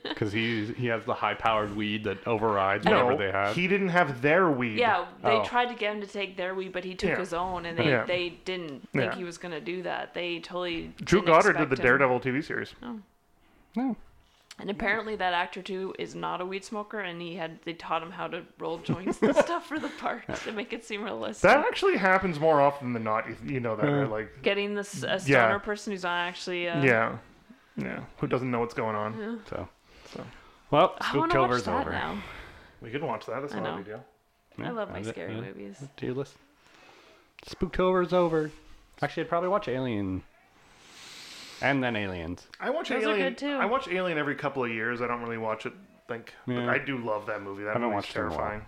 Speaker 1: because he he has the high powered weed that overrides
Speaker 2: No,
Speaker 1: whatever they have.
Speaker 2: he didn't have their weed.
Speaker 3: yeah, they
Speaker 1: Oh.
Speaker 3: tried to get him to take their weed, but he took
Speaker 2: Yeah.
Speaker 3: his own, and they,
Speaker 2: Yeah.
Speaker 3: they didn't think
Speaker 2: Yeah.
Speaker 3: he was going to do that. They totally.
Speaker 2: Drew
Speaker 3: didn't
Speaker 2: Goddard did
Speaker 3: expect
Speaker 2: the
Speaker 3: him.
Speaker 2: Daredevil TV series.
Speaker 1: No,
Speaker 3: And apparently that actor too is not a weed smoker, and he had they taught him how to roll joints
Speaker 2: *laughs*
Speaker 3: and stuff for the part to make it seem realistic.
Speaker 2: That actually happens more often than not. You, you know that, right? Like,
Speaker 3: Getting this a stoner
Speaker 2: Yeah.
Speaker 3: person who's not actually uh,
Speaker 2: yeah, yeah. Who doesn't know what's going on?
Speaker 1: So,
Speaker 2: So
Speaker 1: well,
Speaker 3: I want to watch
Speaker 1: Spooktober's
Speaker 3: that
Speaker 1: over.
Speaker 3: now.
Speaker 2: we could watch that. That's
Speaker 3: I
Speaker 2: not a
Speaker 3: know.
Speaker 2: big deal.
Speaker 1: Yeah,
Speaker 3: I love my
Speaker 1: that's it,
Speaker 3: scary
Speaker 1: yeah.
Speaker 3: movies.
Speaker 1: Do you listen? Spooktober's over. Actually, I'd probably watch Alien, and then Aliens.
Speaker 2: I watch
Speaker 3: Those are
Speaker 2: Alien.
Speaker 3: good, too.
Speaker 2: I watch Alien every couple of years. I don't really watch it. Think, but
Speaker 1: Yeah.
Speaker 2: I do love that movie. That
Speaker 1: haven't
Speaker 2: movie's
Speaker 1: watched it in a while.
Speaker 2: terrifying.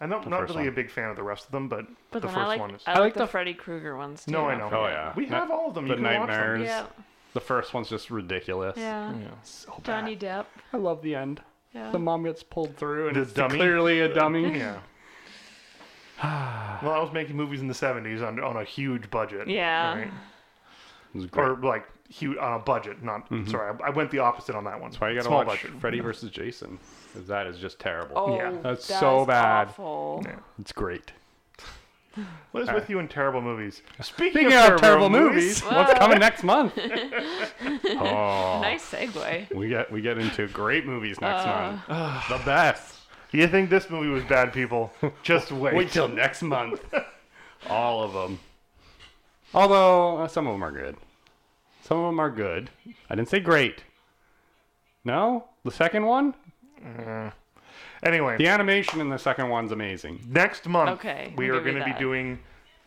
Speaker 2: I'm not, not
Speaker 1: first
Speaker 2: really a
Speaker 1: one.
Speaker 2: big fan of the rest of them, but,
Speaker 3: But
Speaker 2: the
Speaker 3: then
Speaker 2: first
Speaker 3: I like
Speaker 2: one is.
Speaker 3: I, like the, Freddy Krueger ones too.
Speaker 2: no, I
Speaker 3: don't
Speaker 2: know.
Speaker 1: Oh, yeah.
Speaker 2: we have all of them.
Speaker 1: The
Speaker 2: you can
Speaker 1: nightmares.
Speaker 2: Watch
Speaker 3: Yeah,
Speaker 1: The first one's just ridiculous.
Speaker 3: yeah.
Speaker 2: them. Yeah. So
Speaker 1: Mm.
Speaker 2: bad.
Speaker 3: Johnny Depp.
Speaker 1: I love the end.
Speaker 3: Yeah.
Speaker 1: The mom gets pulled through, and
Speaker 2: The
Speaker 1: it's
Speaker 2: dummy?
Speaker 1: clearly a dummy.
Speaker 3: *laughs*
Speaker 2: Yeah. well, I was making movies in the '70s on on a huge budget.
Speaker 3: Yeah.
Speaker 2: right?
Speaker 1: It was great.
Speaker 2: Or like huge on a budget, not sorry. I, I went the opposite on that one.
Speaker 1: Mm-hmm. Why you gotta
Speaker 2: Small
Speaker 1: watch
Speaker 2: budget.
Speaker 1: Freddy versus Jason? 'cause that is just terrible.
Speaker 3: Oh,
Speaker 2: Yeah.
Speaker 1: That's so bad.
Speaker 3: Awful.
Speaker 2: Yeah.
Speaker 1: It's great.
Speaker 2: What is with you in terrible movies? Speaking,
Speaker 1: eh. Speaking of terrible movies, what's coming next month? oh,
Speaker 3: Nice segue.
Speaker 1: *laughs* we get we get into great movies next *sighs* month. The best.
Speaker 2: you think this movie was
Speaker 1: *laughs*
Speaker 2: bad, people? Just wait.
Speaker 1: Wait till next *laughs* month. All of them. Although uh, some of them are good. Some of them are good. I didn't say great. No, the second one.
Speaker 2: Anyway,
Speaker 1: The animation in the second one's amazing.
Speaker 2: next month
Speaker 3: Okay,
Speaker 2: we
Speaker 3: we'll
Speaker 2: are
Speaker 3: give you
Speaker 2: going to be
Speaker 3: that.
Speaker 2: doing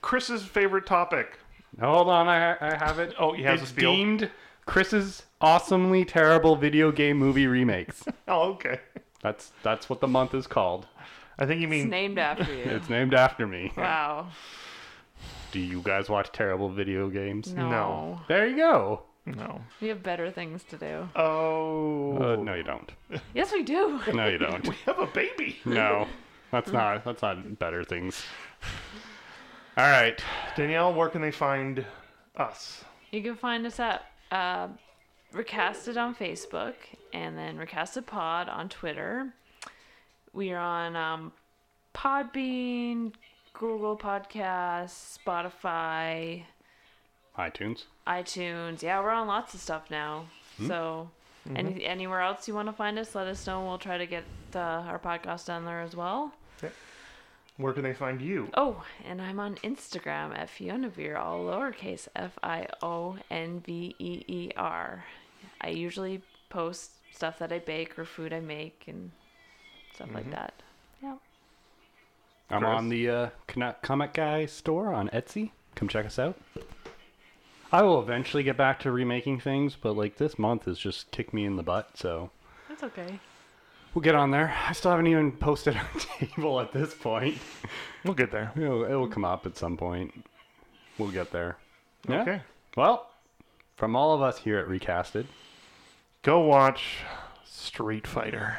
Speaker 2: Chris's favorite topic.
Speaker 1: Hold on, I, I have it.
Speaker 2: Oh, he has a
Speaker 1: it's
Speaker 2: spiel?
Speaker 1: deemed Chris's awesomely terrible video game movie remakes.
Speaker 2: Oh, okay.
Speaker 1: that's that's what the month is called.
Speaker 2: I think you
Speaker 3: It's
Speaker 2: mean
Speaker 3: named after you.
Speaker 1: It's named after me.
Speaker 3: wow.
Speaker 1: Do you guys watch terrible video games?
Speaker 3: No.
Speaker 2: No.
Speaker 1: There you go.
Speaker 2: no.
Speaker 3: We have better things to do.
Speaker 2: Oh,
Speaker 1: Uh, no, you don't.
Speaker 3: Yes, we do.
Speaker 1: No, you don't.
Speaker 2: we have a baby.
Speaker 1: No, that's not. That's not better things. All right.
Speaker 2: Danielle, where can they find us?
Speaker 3: You can find us at uh, Recasted on Facebook and then Recasted Pod on Twitter. We are on um, Podbean, Google Podcasts, Spotify,
Speaker 1: iTunes.
Speaker 3: iTunes. Yeah, we're on lots of stuff now. So, any, anywhere else you want to find us, let us know. We'll try to get uh, our podcast on there as well.
Speaker 2: Where can they find you?
Speaker 3: Oh, and I'm on Instagram at Fiona Veer, all lowercase F I O N V E E R. I usually post stuff that I bake or food I make and stuff like that. Yeah.
Speaker 1: I'm
Speaker 2: Chris?
Speaker 1: on the uh, Kno- Comic Guy store on Etsy. Come check us out. I will eventually get back to remaking things, but like this month has just kicked me in the butt, so
Speaker 3: That's okay.
Speaker 1: we'll get on there. I still haven't even posted our *laughs* table at this point.
Speaker 2: We'll get there.
Speaker 1: It'll, it'll come up at some point. We'll get there. Yeah?
Speaker 2: Okay.
Speaker 1: Well, from all of us here at Recasted.
Speaker 2: Go watch Street Fighter.